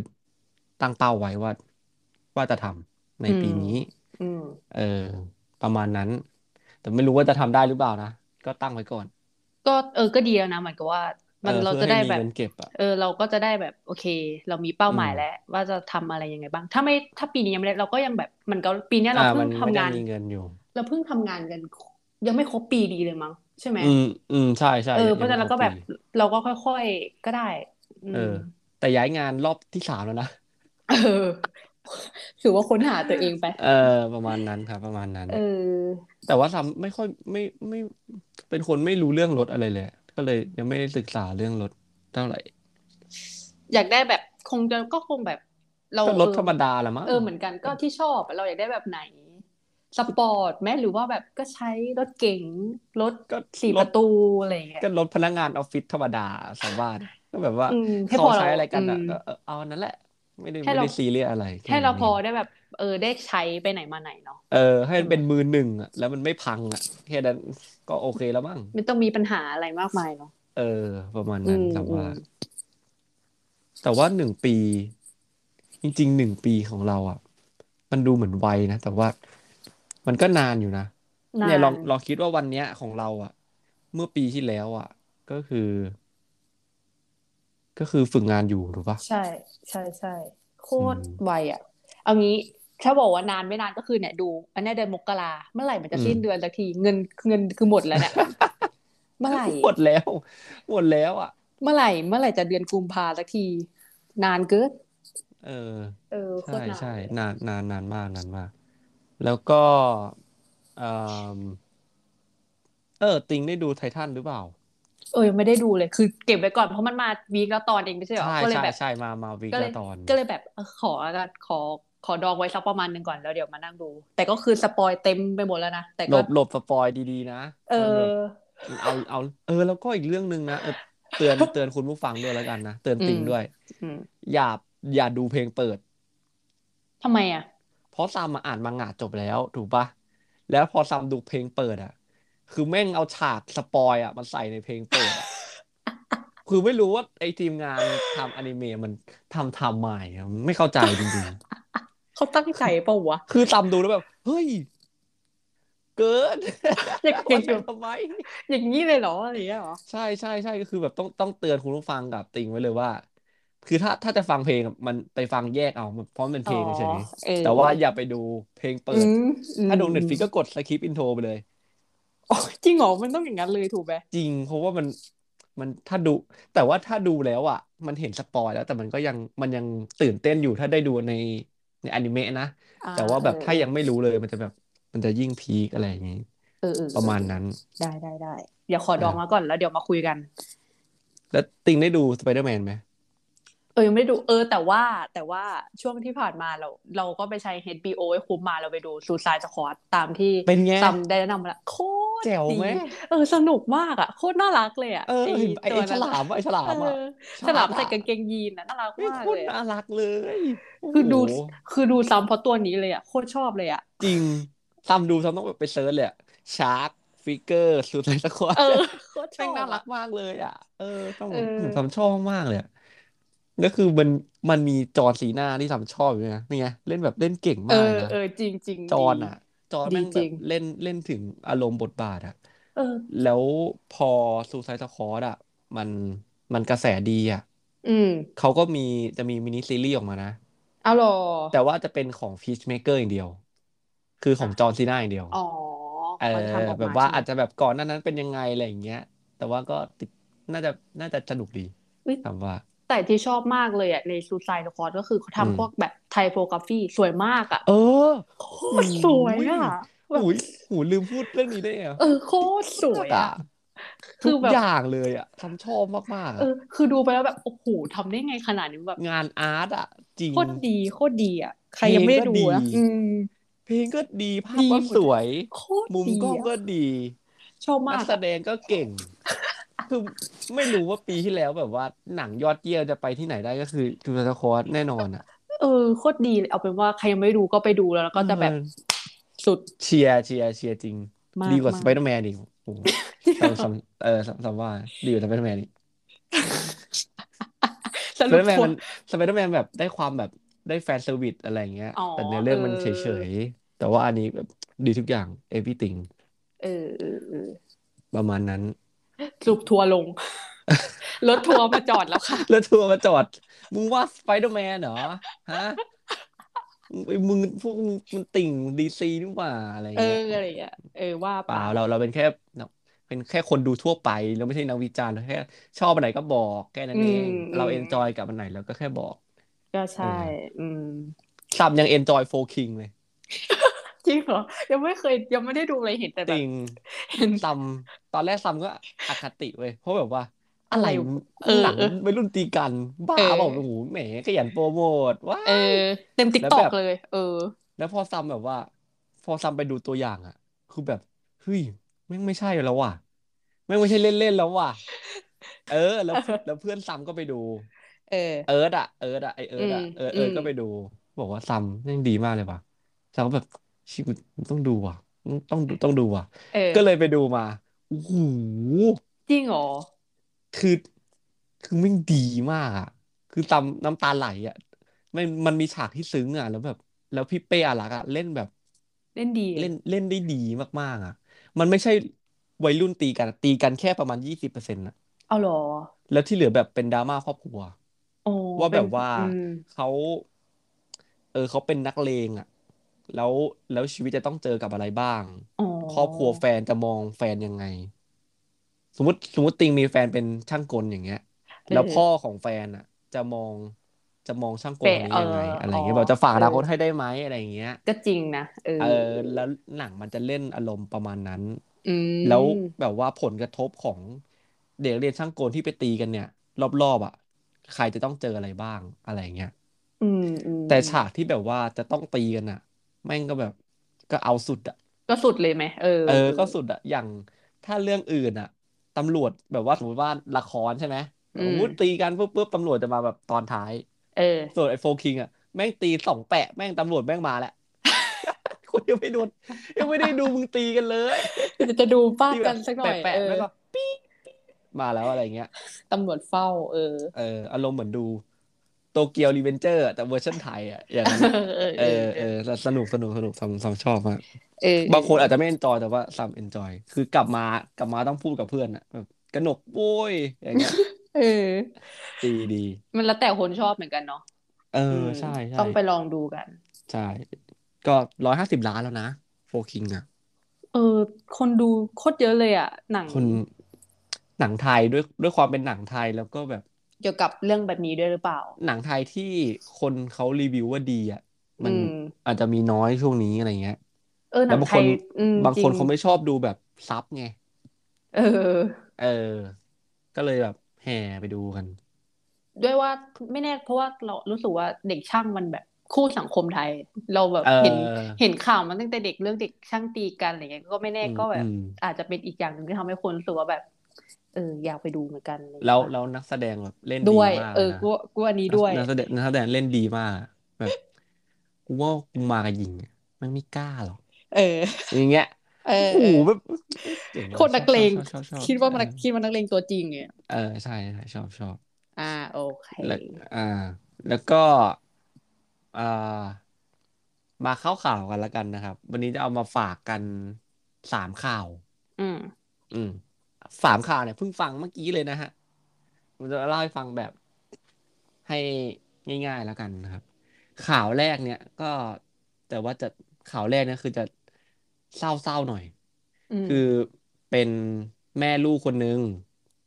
Speaker 2: ตั้งเป้าไว้ว่า ว่าจะทำใน
Speaker 3: อืม
Speaker 2: ปีนี้
Speaker 3: อืม
Speaker 2: เออประมาณนั้น แต่ไม่รู้ว่าจะทำได้หรือเปล่านะ ก็ตั้งไว้ก่อน
Speaker 3: ก็เออก็ดีแล้วนะเหมือนกับว่า
Speaker 2: เอ
Speaker 3: มั
Speaker 2: อน
Speaker 3: เรา
Speaker 2: เพื่อ
Speaker 3: จะ
Speaker 2: ให้
Speaker 3: ได้
Speaker 2: มี
Speaker 3: แบบ
Speaker 2: เงินเก็บอ่ะ
Speaker 3: เออ เราก็จะได้แบบโอเค เรามีเป้า
Speaker 2: อื
Speaker 3: หมาม ยแล้ว ว่าจะทำอะไรยังไงบ้าง ถ้าไม่ถ้าปีนี้ยังไม่ได้เราก็ยังแบบเหมือนกับปีเนี้ย
Speaker 2: อ่า
Speaker 3: เราเพิ่
Speaker 2: มั
Speaker 3: ง
Speaker 2: น
Speaker 3: ทำ
Speaker 2: ไม่ได้
Speaker 3: งาน
Speaker 2: มีเงินอยู่
Speaker 3: เราเพิ่งทำงานกัน ยังไม่ครบปีดีเลยมั้งใช่ไหม
Speaker 2: อืม อืม ใช่ใช่
Speaker 3: เออ
Speaker 2: ยัง
Speaker 3: เพ
Speaker 2: ยั
Speaker 3: ราะ
Speaker 2: งไม่
Speaker 3: ฉะนั้น
Speaker 2: ครบ
Speaker 3: เราก็แบ
Speaker 2: ปี
Speaker 3: บเราก็ค่อยๆก็ได้ อื
Speaker 2: เออ
Speaker 3: ม
Speaker 2: แต่ย้ายงานรอบที่สามแล้วนะ
Speaker 3: เออถือว่าค้นหาตัวเองไป
Speaker 2: เออ ประมาณนั้นครับ ประมาณนั้น
Speaker 3: เออ
Speaker 2: แต่ว่าทำไม่ค่อยไม่ไม่เป็นคนไม่รู้เรื่องรถอะไรเลย ก็เลยยังไม่ได้ศึกษาเรื่องรถเท่าไหร่
Speaker 3: อยากได้แบบคงจะก็คงแบบ เรา
Speaker 2: ก็ร
Speaker 3: เอ
Speaker 2: ถ
Speaker 3: อ
Speaker 2: ธรรมดาละมั้
Speaker 3: เอง อเหมือนกันก็ที่ชอบอะเราอยากได้แบบไหน สปอร์ตไหมหรือว่าแบบก็ใช้รถเก๋งรถ
Speaker 2: ก็ร
Speaker 3: สี่
Speaker 2: ถ
Speaker 3: ประตูอะไรอย่างเงี้ย
Speaker 2: ก็รถพนักงานออฟฟิศธรรมดาสาวบ้านก็แบบว่า
Speaker 3: อืม ให้
Speaker 2: เขา
Speaker 3: พอเรา
Speaker 2: ใช้อะไร
Speaker 3: อื
Speaker 2: กัน
Speaker 3: ม
Speaker 2: อ่ะก็เออเอาอันนั้นแหละ ไม่ได้
Speaker 3: ให้
Speaker 2: ไม่
Speaker 3: เรา
Speaker 2: ได้ซีเรียสอะไรแค่
Speaker 3: ให้เรา
Speaker 2: นั้น
Speaker 3: พ
Speaker 2: เอ
Speaker 3: อง ได้แบบ เออได้ใช้ไปไหนมาไหนเนาะ
Speaker 2: เออ ให้
Speaker 3: ใช่
Speaker 2: มัน
Speaker 3: ไหม
Speaker 2: เป็นมือหนึ่งอ่ะแล้วมันไม่พังอ่ะแค่นั้นก็โอเคแล้วมั้ง
Speaker 3: ไม่ต้องมีปัญหาอะไรมากมายเนาะ
Speaker 2: เออ ประมาณ
Speaker 3: อื
Speaker 2: นั้น
Speaker 3: ม
Speaker 2: สาว
Speaker 3: อื
Speaker 2: ว่าม แต่ว่าหนึ่งปี จริงๆหนึ่งปีของเราอ่ะ มันดูเหมือนไวนะ แต่ว่ามันก็นานอยู่นะ
Speaker 3: นา
Speaker 2: เนี่ยลอง
Speaker 3: น
Speaker 2: ลองคิดว่าวันเนี้ยของเราอะเมื่อปีที่แล้วอะก็คือ ก็คือฝึกงานอยู่ถูกปะ
Speaker 3: ใช่ ใช่ใช่โค
Speaker 2: อื
Speaker 3: ตร
Speaker 2: ม
Speaker 3: ไวอ่ะ เอางี้ถ้าบอกว่านานไม่นานก็คือเนี่ยดู อันเนี้ยเดือนมกราเมื่อไหร่มันจะ
Speaker 2: อืม
Speaker 3: สิ้นเดือนสักทีเงินเงินคือหมดแล้วเนี่ย เมื่อไหร่
Speaker 2: หมดแล้ว หมดแล้วอะ
Speaker 3: เมื่อไหร่ เมื่อไหร่จะเดือนกุมภาสักที นานเกิน
Speaker 2: เออ
Speaker 3: เออโค
Speaker 2: ใช่
Speaker 3: ตรนาน
Speaker 2: ใช่
Speaker 3: เลย
Speaker 2: นานนานนานมากนานมาก แล้วก็เอมเออ ติงได้ดูไททันหรือเปล่า
Speaker 3: เออยังไม่ได้ดูเลยคือเก็บไว้ก่อนเพราะมันมาวีคละตอนเองไม่ใช่เหรอ
Speaker 2: ใช่
Speaker 3: ก็เลย
Speaker 2: ใช่
Speaker 3: แบบ
Speaker 2: ใช่มามาวิก
Speaker 3: ก็เล
Speaker 2: ละ
Speaker 3: ย
Speaker 2: ตอน
Speaker 3: ก็เลยแบบเออขอละขอขอดองไว้สักประมาณหนึ่งก่อนแล้วเดี๋ยวมานั่งดู แต่ก็คือสปอยเต็มไปหมดแล้วนะ แต่
Speaker 2: หล
Speaker 3: ก็
Speaker 2: บหลบสปอยดีๆนะ
Speaker 3: เออ
Speaker 2: มันแบบ เอาเอาเออ แล้วก็อีกเรื่องหนึ่งนะเออเตือนเตือนคุณผู้ฟังด้วยแล้วกันนะ เตือน
Speaker 3: อืม
Speaker 2: ติงด้วย
Speaker 3: อืม
Speaker 2: อย่าอย่าดูเพลงเปิด
Speaker 3: ทำไมอ่ะ
Speaker 2: เพราะซัมมาอ่านมังงะจบแล้ว ถูกปะแล้วพอซัมดูเพลงเปิดอ่ะ คือแม่งเอาฉากสปอยอ่ะมาใส่ในเพลงเปิดอะ คือไม่รู้ว่าไอ้ทีมงานทำอนิเมะมันทำทำใหม่อะไม่เข้าใจจริง
Speaker 3: เขาตั้งใจเปล่าวะ
Speaker 2: ๆ คือซัมดูแล้วแบบ เฮ้ย เกิน
Speaker 3: อย่าง
Speaker 2: เอา
Speaker 3: อ
Speaker 2: มา
Speaker 3: ย่าง
Speaker 2: ใส่ทำไม
Speaker 3: อย่างนี้เลยเหรออะไรอย่างเงี้ยเหรอ
Speaker 2: ใช่ใช่ใช่ก็คือแบบต้องต้องเตือนคุณผู้ฟังกับติงไว้เลยว่า คือถ้าถ้าจะฟังเพลงอะมันไปฟังแยกเอามันเพราะมันเป็น
Speaker 3: อ๋
Speaker 2: เพ
Speaker 3: อ
Speaker 2: ลงเฉย
Speaker 3: เออ
Speaker 2: แต่ว่าอย่าไปดูเพลงเปิ
Speaker 3: อื
Speaker 2: ด
Speaker 3: มอืม
Speaker 2: ถ้าดูเน็ตฟ i ิกก็กดสคิปอินโทรไปเลย
Speaker 3: อ๋อจริงเหรอมันต้องอย่างนั้นเลยถูกไหม
Speaker 2: จริง เพราะว่ามันมันถ้าดู แต่ว่าถ้าดูแล้วอ่ะ มันเห็นสปอยแล้ว แต่มันก็ยังมันยังตื่นเต้นอยู่ถ้าได้ดูในในอนิเมะนะ
Speaker 3: อ่า
Speaker 2: แต่ว่า
Speaker 3: เอ
Speaker 2: แบ
Speaker 3: อบ
Speaker 2: ถ้ายังไม่รู้เลยมันจะแบบ มันจะยิ่งพีคอะไรอย่างนี้
Speaker 3: เออเอ
Speaker 2: ป
Speaker 3: อเอ
Speaker 2: ระ
Speaker 3: อ
Speaker 2: มาณ
Speaker 3: เออ
Speaker 2: นั้น
Speaker 3: ได้ได้ได้เดี๋ยวขอด
Speaker 2: อ่ะ
Speaker 3: องมาก่อนแล้วเดี๋ยวมาคุยกัน
Speaker 2: แล้วติงได้ดูสไปเดอร์แมนไหม
Speaker 3: เออยังไม่ได้ดูเออแต่ว่าแต่ว่าช่วงที่ผ่านมาเรา เราก็ไปใช้ HBO ให้คุ้มมาเราไปดู Suicide Squad ตามที่
Speaker 2: เป็นไง
Speaker 3: ซัมได้แนะนำมาละโคตร
Speaker 2: แจ๋ว
Speaker 3: ดี
Speaker 2: ไหม
Speaker 3: เออสนุกมากอ่ะ โคตรน่ารักเลยอ่ะ
Speaker 2: เออ
Speaker 3: ไอ
Speaker 2: เห็นไอ้
Speaker 3: ตัว
Speaker 2: ไอ้ฉ
Speaker 3: นั้น
Speaker 2: ลา
Speaker 3: อะ
Speaker 2: มอะไอ้ฉลา
Speaker 3: เอ
Speaker 2: มอ่ะ
Speaker 3: อ
Speaker 2: ฉ
Speaker 3: ฉ
Speaker 2: ลา
Speaker 3: ลาม ม
Speaker 2: อ่ะ
Speaker 3: ใส่กางเกงยีนอะน่ารัก
Speaker 2: ไม่
Speaker 3: มาก
Speaker 2: คุ้
Speaker 3: เล
Speaker 2: น
Speaker 3: ยอะ
Speaker 2: น่ารักเลยโอ้
Speaker 3: คือ
Speaker 2: โห
Speaker 3: ดูคือดูซ้ำเพราะตัวนี้เลยอ่ะโคตรชอบเลยอ่ะ
Speaker 2: จริงตามดูซ้ำต้องแบบไปเซิร์ชเลยชาร์กฟิกเกอร์สุดเลยสักคน
Speaker 3: เออโคตรช
Speaker 2: แม่ง
Speaker 3: อบ
Speaker 2: น่ารัก
Speaker 3: อ่ะ
Speaker 2: มากเลยอ่ะ เออต้อง
Speaker 3: เอ
Speaker 2: แบบ
Speaker 3: อ
Speaker 2: ทำชอบมากเลยอะแล้วคือมันมันมีจอร์นซีนาที่ทำชอบอยู่นะนี่ไงเล่นแบบเล่นเก่ง
Speaker 3: เอ
Speaker 2: มา
Speaker 3: อก
Speaker 2: เลยนะ
Speaker 3: เออจริงจริง
Speaker 2: จอร์
Speaker 3: ดี
Speaker 2: นอ่ะ จอร์น
Speaker 3: ดี
Speaker 2: แม่งแบ
Speaker 3: จริ
Speaker 2: บ
Speaker 3: ง
Speaker 2: เล่นเล่นถึงอารมณ์บทบาทอ่ะ
Speaker 3: เออ
Speaker 2: แล้วพอซูไซด์สควอดอ่ะ มันมันกระแสดีอ่ะ
Speaker 3: อืม
Speaker 2: เขาก็มีจะมีมินิซีรีส์ออกมานะ
Speaker 3: เอาหรอ
Speaker 2: แต่ว่าจะเป็นของ Peacemaker อย่างเดียว คือขอ
Speaker 3: อ่ะ
Speaker 2: งจอห์นซีนาอย่างเดียว
Speaker 3: อ๋อ
Speaker 2: เออ
Speaker 3: เขาทำออก
Speaker 2: แบบ
Speaker 3: มา
Speaker 2: ว่า
Speaker 3: ใช่ไหม
Speaker 2: อาจจะแบบก่อนหน้านั้นเป็นยังไงอะไรอย่างเงี้ย แต่ว่าก็ติดน่าจะน่าจะสนุกดี
Speaker 3: อุ๊ย
Speaker 2: ถามว่า
Speaker 3: แต่ที่ชอบมากเลยอ่ะ ในซูซายสควอดก็คือเขา
Speaker 2: อืม
Speaker 3: ทำพวกแบบไทโปกราฟีสวยมากอ่ะ
Speaker 2: เออ
Speaker 3: โค
Speaker 2: หู
Speaker 3: ตรสวย
Speaker 2: ย
Speaker 3: อ่ะ แบ
Speaker 2: หู
Speaker 3: บ
Speaker 2: ยหูลืมพูดเรื่องนี้ได้ไงอะ
Speaker 3: เออ โค
Speaker 2: ดีมาว ก
Speaker 3: ตรสย
Speaker 2: อ่ะ
Speaker 3: อ่ะ
Speaker 2: ทุ
Speaker 3: คือกแบ
Speaker 2: อบ ย่างเลยอ่ะทำชอบมากๆ
Speaker 3: เอ
Speaker 2: อ่ะ
Speaker 3: อ คือดูไปแล้วแบบโอ้โหทำได้ไงขนาดนี้แบบ
Speaker 2: งานอาร์ตอ่ะ จริ
Speaker 3: โค
Speaker 2: ง
Speaker 3: ตรดีโคตรดีอ่ะ ใค
Speaker 2: เพล
Speaker 3: รยัง
Speaker 2: ง
Speaker 3: ไม่ได้
Speaker 2: ก็
Speaker 3: ดู
Speaker 2: ดี
Speaker 3: นะอืม
Speaker 2: เพลงก็ดีภาพ
Speaker 3: ดี
Speaker 2: ก็
Speaker 3: หม
Speaker 2: ส
Speaker 3: ดเล
Speaker 2: วย ย
Speaker 3: โคตร
Speaker 2: มุม
Speaker 3: ดี
Speaker 2: กล้อง
Speaker 3: อ่ะ
Speaker 2: ก็ดี
Speaker 3: ชอบ
Speaker 2: นั
Speaker 3: มาก ก
Speaker 2: แส
Speaker 3: อ่ะ
Speaker 2: ดงก็เก่ง คือไม่รู้ว่าปีที่แล้วแบบว่าหนังยอดเยี่ยมจะไปที่ไหนได้ก็คือจูราสคอร์แน่นอนอ่ะ
Speaker 3: เออ โคตรดีเลยเอาเป็นว่าใครยังไม่ดูก็ไปดูแล้วแล้ว
Speaker 2: เอ
Speaker 3: ก็จะแบบ
Speaker 2: อ
Speaker 3: สุด
Speaker 2: เชียร์เชียร์เชียร์จริง
Speaker 3: มา
Speaker 2: ดี
Speaker 3: ก
Speaker 2: กว่าส
Speaker 3: มา
Speaker 2: ไป
Speaker 3: ก
Speaker 2: เดอร์แมนอีกโอ้ โหสำสำเออสำสำว่าดีกว่าสไปเดอร์แมนอีก
Speaker 3: ส
Speaker 2: สไป
Speaker 3: รุ
Speaker 2: เด
Speaker 3: ป
Speaker 2: อร์แมน
Speaker 3: ทัว
Speaker 2: มันสไปเดอร์แมนแบบได้ความแบบได้แฟนเซอร์วิสอะไรอย่างเงี้ย
Speaker 3: อ๋อ
Speaker 2: แต่เนื้อ
Speaker 3: เอ
Speaker 2: เรื่
Speaker 3: อ
Speaker 2: องมันเฉยๆ แต่ว่าอันนี้แบบดีทุกอย่าง everything
Speaker 3: เออเออเออ
Speaker 2: ประมาณนั้น
Speaker 3: สรุปทัวร์ ลง รถทัวร์มาจอดแล้วค่ะ
Speaker 2: แล้วทัวร์มาจอด มึงว่าสไปเดอร์แมนเหรอ ฮะ มึงพวกมึงมันติ่งดีซีนี่หว่าอะไร
Speaker 3: เออ
Speaker 2: เงี้ย
Speaker 3: อะไรอย่างเงี้ยเออว่า
Speaker 2: เปล่า
Speaker 3: ไป
Speaker 2: เราเราเป็นแค่เป็นแค่คนดูทั่วไป เราไม่ใช่นักวิจารณ์เราแค่ชอบอันไหนก็บอกแค่นั้น
Speaker 3: อื
Speaker 2: เอ
Speaker 3: ม
Speaker 2: ง
Speaker 3: อื
Speaker 2: เรา
Speaker 3: ม
Speaker 2: เอนจอยกับอันไหนเราก็แค่บอก
Speaker 3: ก็
Speaker 2: เอ
Speaker 3: ใช่
Speaker 2: อ
Speaker 3: อืม
Speaker 2: ซัมยังเอนจอยโฟคิงเลย
Speaker 3: จริงเหรอยังไม่เคยยังไม่ได้ดูเลยเห็นแต่
Speaker 2: จ
Speaker 3: แบ
Speaker 2: ริ
Speaker 3: บ
Speaker 2: ง
Speaker 3: เห็น
Speaker 2: ซัมตอนแรกซัมก็อคติเว้ยเพราะแบบว่า อะ
Speaker 3: อะไร ไรวะเออ
Speaker 2: หนัง
Speaker 3: เออ
Speaker 2: วัยรุ่นตีกัน บ้า
Speaker 3: เออ
Speaker 2: บอกโอ้โหแหมขยันโปรโมทว้า
Speaker 3: เอ
Speaker 2: ย
Speaker 3: อเต็มติ๊ก
Speaker 2: แล้ว
Speaker 3: ตอ
Speaker 2: แบ
Speaker 3: ก
Speaker 2: บ
Speaker 3: เลย เออ
Speaker 2: แล้วพอซัมแบบว่า พอซัมไปดูตัวอย่างอ่ะ คือแบบเฮ้ยแม่งไม่ใช่แล้วว่ะแม่งไม่ใช่เล่นๆแล้วว่ะ เออ แล้วเพื่อนแล้วเพื่อนซัมก็ไปดู
Speaker 3: เออ
Speaker 2: เอิร์ดอะเอิร์ดอะไอเอิ
Speaker 3: อื
Speaker 2: ร์ด
Speaker 3: ม
Speaker 2: อะเออ
Speaker 3: อื
Speaker 2: เอิร์ด
Speaker 3: ม
Speaker 2: ก็ไปดู บอกว่าซัมแม่งดีมากเลยว่ะซัมก็แบบชิกูต้องดูว่ะ ต้องดูต้องดูว่ะ
Speaker 3: เออ
Speaker 2: ก็เลยไปดูมาโอ้โห
Speaker 3: จริงเหรอ
Speaker 2: คือคือแม่งดีมากอะคือซัมน้ำตาไหลอะมันมันมีฉากที่ซึ้งอะแล้วแบบ แล้วพี่เป้อารักษ์อะเล่นแบบ
Speaker 3: เล่นดี
Speaker 2: เล่นเล่นได้ดีมากๆอ่ะ มันไม่ใช่วัยรุ่นตีกัน ตีกันแค่ประมาณยี่สิบเปอร์เซ็นต์ะ
Speaker 3: เอาเหรอ
Speaker 2: แล้วที่เหลือแบบเป็นดราม่าครอบครัว
Speaker 3: โอ้
Speaker 2: ว่าแบบว่า
Speaker 3: เป็นอืม
Speaker 2: เขาเออเขาเป็นนักเลงอ่ะ แล้วแล้วชีวิตจะต้องเจอกับอะไรบ้าง
Speaker 3: อ๋อ
Speaker 2: ครอบครัวแฟนจะมองแฟนยังไง สมมติสมมติติงมีแฟนเป็นช่างกลอย่างเงี้ย แล้วพ่อของแฟนอ่ะ จะมองจะมองช่างกลคนนี้ยังไง อะไรอย่างเงี้ยแบบจะฝากอนาคตให้ได้ไหมอะไรอย่างเงี้ย
Speaker 3: ก็จริงนะเออ
Speaker 2: เออแล้วหนังมันจะเล่นอารมณ์ประมาณนั้น
Speaker 3: อืม
Speaker 2: แล้วแบบว่าผลกระทบของเด็กนักเรียนช่างกลที่ไปตีกันเนี่ย รอบๆอ่ะ ใครจะต้องเจออะไรบ้างอะไรเงี้ย
Speaker 3: อืมอืม
Speaker 2: แต่ฉากที่แบบว่าจะต้องตีกันอ่ะ แม่งก็แบบก็เอาสุดอ่ะ
Speaker 3: ก็สุดเลยไหมเออ
Speaker 2: เออ ก็สุดอ่ะอย่างถ้าเรื่องอื่นอ่ะตำรวจแบบว่าสมมติว่าละครใช่ไหมสมมติตีกันปุ๊บปุ๊บตำรวจจะมาแบบตอนท้าย
Speaker 3: เออ
Speaker 2: ส่วนไอ้โฟคิงอ่ะแม่งตีสองแปะแม่งต ำรวจแม่งมาแล้ว คุณยังไม่โดนยังไม่ได้ดูมึงตีกันเลย
Speaker 3: จะดูป้า
Speaker 2: ที่แบ
Speaker 3: กับ นสักหน่อย
Speaker 2: แปะ
Speaker 3: เอ
Speaker 2: ๆ
Speaker 3: อ
Speaker 2: แล้วก็ปี๊ดปี๊ดมาแล้วอะไรเงี้ย
Speaker 3: ตำรวจเฝ้า เออ
Speaker 2: เอออารมณ์เหมือนดูโตเกียวรีเวนเจอร์ แต่เวอร์ชันไทยอ่ะอย่าง นั้น
Speaker 3: เออ
Speaker 2: เออเออแต่สนุกสนุกสนุกสามสามชอบมาก
Speaker 3: เออบ
Speaker 2: างคนอาจจะไม่เอนจอยแต่ว่าสามเอนจอยคือกลับมากลับมาต้องพูดกับเพื่อนอ่ะแบบกนกโว้ยอย่างเงี้ย
Speaker 3: เออ
Speaker 2: ดีดี
Speaker 3: มันแล้วแต่คนชอบเหมือนกันเนาะ
Speaker 2: เออ
Speaker 3: ม
Speaker 2: ใช่ใช่
Speaker 3: ต้องไปลองดูกัน
Speaker 2: ใช่ก็ร้อยห้าสิบล้านแล้วนะโฟคิงอ่ะ
Speaker 3: เออ คนดูโคตรเยอะเลยอ่ะ หนัง
Speaker 2: คนหนังไทยด้วยด้วยความเป็นหนังไทยแล้วก็แบบ
Speaker 3: เกี่ยวกับเรื่องแบบนี้ด้วยหรือเปล่า
Speaker 2: หนังไทยที่คนเขารีวิวว่าดีอ่ะมั
Speaker 3: อื
Speaker 2: น
Speaker 3: ม
Speaker 2: อาจจะมีน้อยช่วงนี้อะไรเงี้ย
Speaker 3: เออหนังไทย
Speaker 2: แล้วบางคน
Speaker 3: อืม
Speaker 2: บางคน
Speaker 3: จริ
Speaker 2: เขาไม่ชอบดูแบบซับไง
Speaker 3: เออ
Speaker 2: เออ ก็เลยแบบแห่ไปดูกัน
Speaker 3: ด้วยว่าไม่แน่เพราะว่าเรารู้สึกว่าเด็กช่างมันแบบคู่สังคมไทย เราแบบ
Speaker 2: เออ
Speaker 3: เห็นเห็นข่าวมันตั้งแต่เด็กเรื่องเด็กช่างตีกันอะไรเงี้ยก็ไม่แน่
Speaker 2: อืม
Speaker 3: ก็แบบ
Speaker 2: อืม
Speaker 3: อาจจะเป็นอีกอย่างหนึ่งที่ทำให้คนรู้สึกว่าแบบ เออ อยากไปดูเหมือนกันอะไรเงี้ย
Speaker 2: แล้ว
Speaker 3: ค่ะ
Speaker 2: แล้วนักแสดงแบบเล่น
Speaker 3: ด้
Speaker 2: ดี
Speaker 3: วย
Speaker 2: มาก
Speaker 3: เออ
Speaker 2: นะ
Speaker 3: กูกูอันนี้ด้วย
Speaker 2: นักแสดงนักแสดงเล่นดีมากแบบกูว่ากูมากับหญิงอะมันไม่กล้าหรอก
Speaker 3: เออ
Speaker 2: อย่างเงี้ย
Speaker 3: เออ
Speaker 2: โอ้โหแบบเจ๋งว่ะ
Speaker 3: โคตรนักเลง
Speaker 2: ชอบชอบชอบชอบ
Speaker 3: คิดว่ามัน
Speaker 2: เออ
Speaker 3: คิดว่านักเลงตัวจริงเนี่ย
Speaker 2: เออใช่ใช่ชอบชอบ
Speaker 3: อ่า โอเค
Speaker 2: แล้วอ่า แล้วก็อ่ามาเข้าข่าวกันแล้วกันนะครับ วันนี้จะเอามาฝากกันสามข่าว
Speaker 3: อืม
Speaker 2: อืมสามข่าวเนี่ยเพิ่งฟังเมื่อกี้เลยนะฮะผมจะเล่าให้ฟังแบบให้ง่ายๆแล้วกันนะครับ ข่าวแรกเนี่ย ก็แต่ว่าจะข่าวแรกเนี่ยคือจะเศร้าๆหน่อย
Speaker 3: อืม
Speaker 2: คือเป็นแม่ลูกคนนึง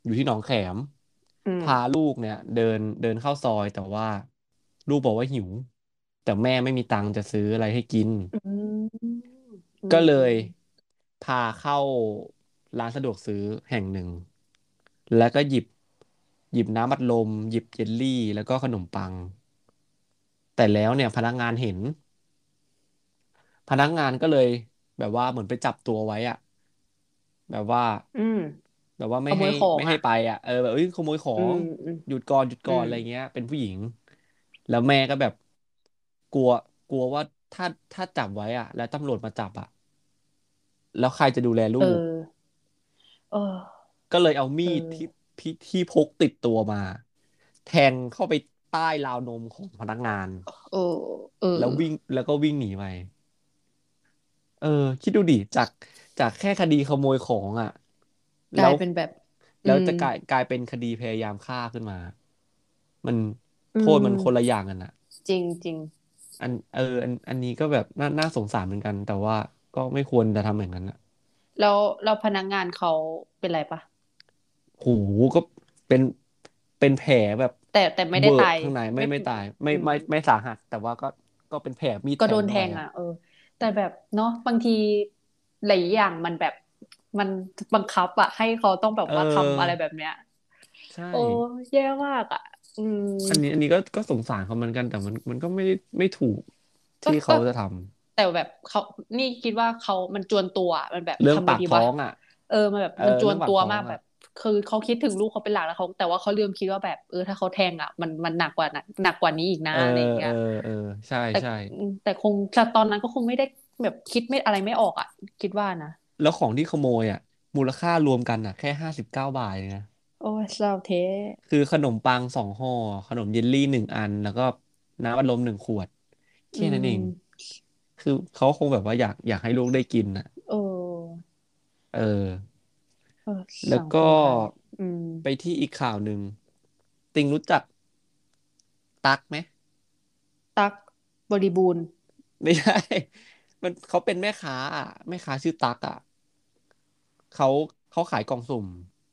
Speaker 2: อยู่ที่หนองแขม
Speaker 3: ม
Speaker 2: พาลูกเนี่ย เดินเดินเข้าซอยแต่ว่าลูกบอกว่าหิว แต่แม่ไม่มีตังค์จะซื้ออะไรให้กิน
Speaker 3: อืม
Speaker 2: ก็เลยพาเข้าร้านสะดวกซื้อแห่งหนึ่ง แล้วก็หยิบหยิบน้ำอัดลม หยิบเยลลี่ แล้วก็ขนมปัง แต่แล้วเนี่ย พนักงานเห็น พนักงานก็เลย แบบว่าเหมือนไปจับตัวไว้อะแบบว่า
Speaker 3: อืม
Speaker 2: แบบว่าไม่
Speaker 3: ขโม
Speaker 2: ให้
Speaker 3: ยของ
Speaker 2: ไม่ให้
Speaker 3: อะ
Speaker 2: ไปอ่ะเออแบบเอ้ยขโมยขอ
Speaker 3: อื
Speaker 2: ง
Speaker 3: มอืม
Speaker 2: หยุดก่อนหยุดก่อน
Speaker 3: อืม
Speaker 2: อะไรเงี้ย เป็นผู้หญิง แล้วแม่ก็แบบกลัวกลัวว่าถ้าถ้าจับไว้อ่ะ แล้วตำรวจมาจับอ่ะ แล้วใครจะดูแลลู
Speaker 3: เอก อ เออ
Speaker 2: ก็เลยเอามีด
Speaker 3: เออ
Speaker 2: ที่ที่ที่พกติดตัวมา แทงเข้าไปใต้ราวนมของพนักงาน
Speaker 3: เออเออ
Speaker 2: แล้ววิ่งแล้วก็วิ่งหนีไป เออ คิดดูดิจากจากแค่คดีขโมยของอ่ะ
Speaker 3: ก
Speaker 2: แล้
Speaker 3: ลายว เป็นแบบ
Speaker 2: แล้วจะ
Speaker 3: อืม
Speaker 2: กลายกลายเป็นคดีพยายามฆ่าขึ้นมา มัน
Speaker 3: อื
Speaker 2: โทษมัน
Speaker 3: ม
Speaker 2: คนละอย่างกันอ่ะ
Speaker 3: จริงจริง
Speaker 2: อันเออ อันอันนี้ก็แบบน่าน่าสงสารเหมือนกัน แต่ว่าก็ไม่ควรจะทำอย่างนั้นอ่ะ
Speaker 3: แล้วเราพนักงานเขาเป็นไรปะ
Speaker 2: โหก็เป็นเป็นแผลแบบ
Speaker 3: แต่แต่ไม่ได้
Speaker 2: เวอะ
Speaker 3: ตาย
Speaker 2: ข้างในไม่
Speaker 3: ไม่
Speaker 2: ไม่ตาย ไม่
Speaker 3: อืม
Speaker 2: ไม่ไม่สาหัส แต่ว่าก็ก็เป็นแผลมีด
Speaker 3: ก็
Speaker 2: แท
Speaker 3: โด
Speaker 2: ง
Speaker 3: นแท
Speaker 2: เข้าไป
Speaker 3: ง
Speaker 2: อ่ะ
Speaker 3: อ่ะ เออ แต่แบบเนาะบางทีหลายอย่างมันแบบมันบังคับอะให้เขาต้องแบบ
Speaker 2: เออ
Speaker 3: ว่าทำอะไรแบบเนี้ย
Speaker 2: ใช่
Speaker 3: โอ้แย่มากอ่ะ อืม
Speaker 2: อันนี้อันนี้ก็ก็สงสารเขาเหมือนกัน แต่มันมันก็ไม่ได้ไม่ถูก
Speaker 3: ก็
Speaker 2: ที่
Speaker 3: ก็
Speaker 2: เขาจะทำ
Speaker 3: แต่แบบเขานี่คิดว่าเขามันจวนตัวอะมันแบบ
Speaker 2: เรื่อง
Speaker 3: ทำไง
Speaker 2: ปาก
Speaker 3: ดี
Speaker 2: ท้อ
Speaker 3: วะ
Speaker 2: งอ่ะ
Speaker 3: เออมันแบบ
Speaker 2: เออ
Speaker 3: มันจว
Speaker 2: เรื่อน งปาก
Speaker 3: ตัว
Speaker 2: ท้อ
Speaker 3: มาง กแบ
Speaker 2: อ่ะ
Speaker 3: บ คือเขาคิดถึงลูกเขาเป็นหลักแล้วเขาแต่ว่าเขาลืมคิดว่าแบบเออถ้าเขาแทงอ่ะมันมันหนักกว่านะหนักกว่านี้อีกนะ
Speaker 2: เออ
Speaker 3: อะไรอย่าง
Speaker 2: เอ
Speaker 3: เงี้
Speaker 2: อย เออใช่
Speaker 3: แต่
Speaker 2: ใช่
Speaker 3: แต่คงแต่ตอนนั้นก็คงไม่ได้แบบคิดไม่อะไรไม่ออกอ่ะ คิดว่านะ
Speaker 2: แล้วของที่ขโมยอ่ะ มูลค่ารวมกันอ่ะ แค่ห้าสิบเก้าบาทเองนะ
Speaker 3: โอ้ยเศร้าเทะ
Speaker 2: คือขนมปังสองห่อขนมเยลลี่หนึ่งอัน แล้วก็น้ำอัดลมหนึ่งขวด
Speaker 3: อื
Speaker 2: แค่นั้น
Speaker 3: ม
Speaker 2: เอง คือเขาคงแบบว่าอยากอยากให้ลูกได้กินอ่ะ
Speaker 3: เออ
Speaker 2: เออ
Speaker 3: เออ
Speaker 2: แล้วก็
Speaker 3: สังคมไทยอืม
Speaker 2: ไปที่อีกข่าวหนึ่ง ติงรู้จัก ตั๊กไหม
Speaker 3: ตักบริบูรณ์
Speaker 2: ไม่ใช่ มันเขาเป็นแม่ค้าอ่ะแม่ค้าชื่อตั๊กอ่ะเขาเขาขายกล่องสุ่ม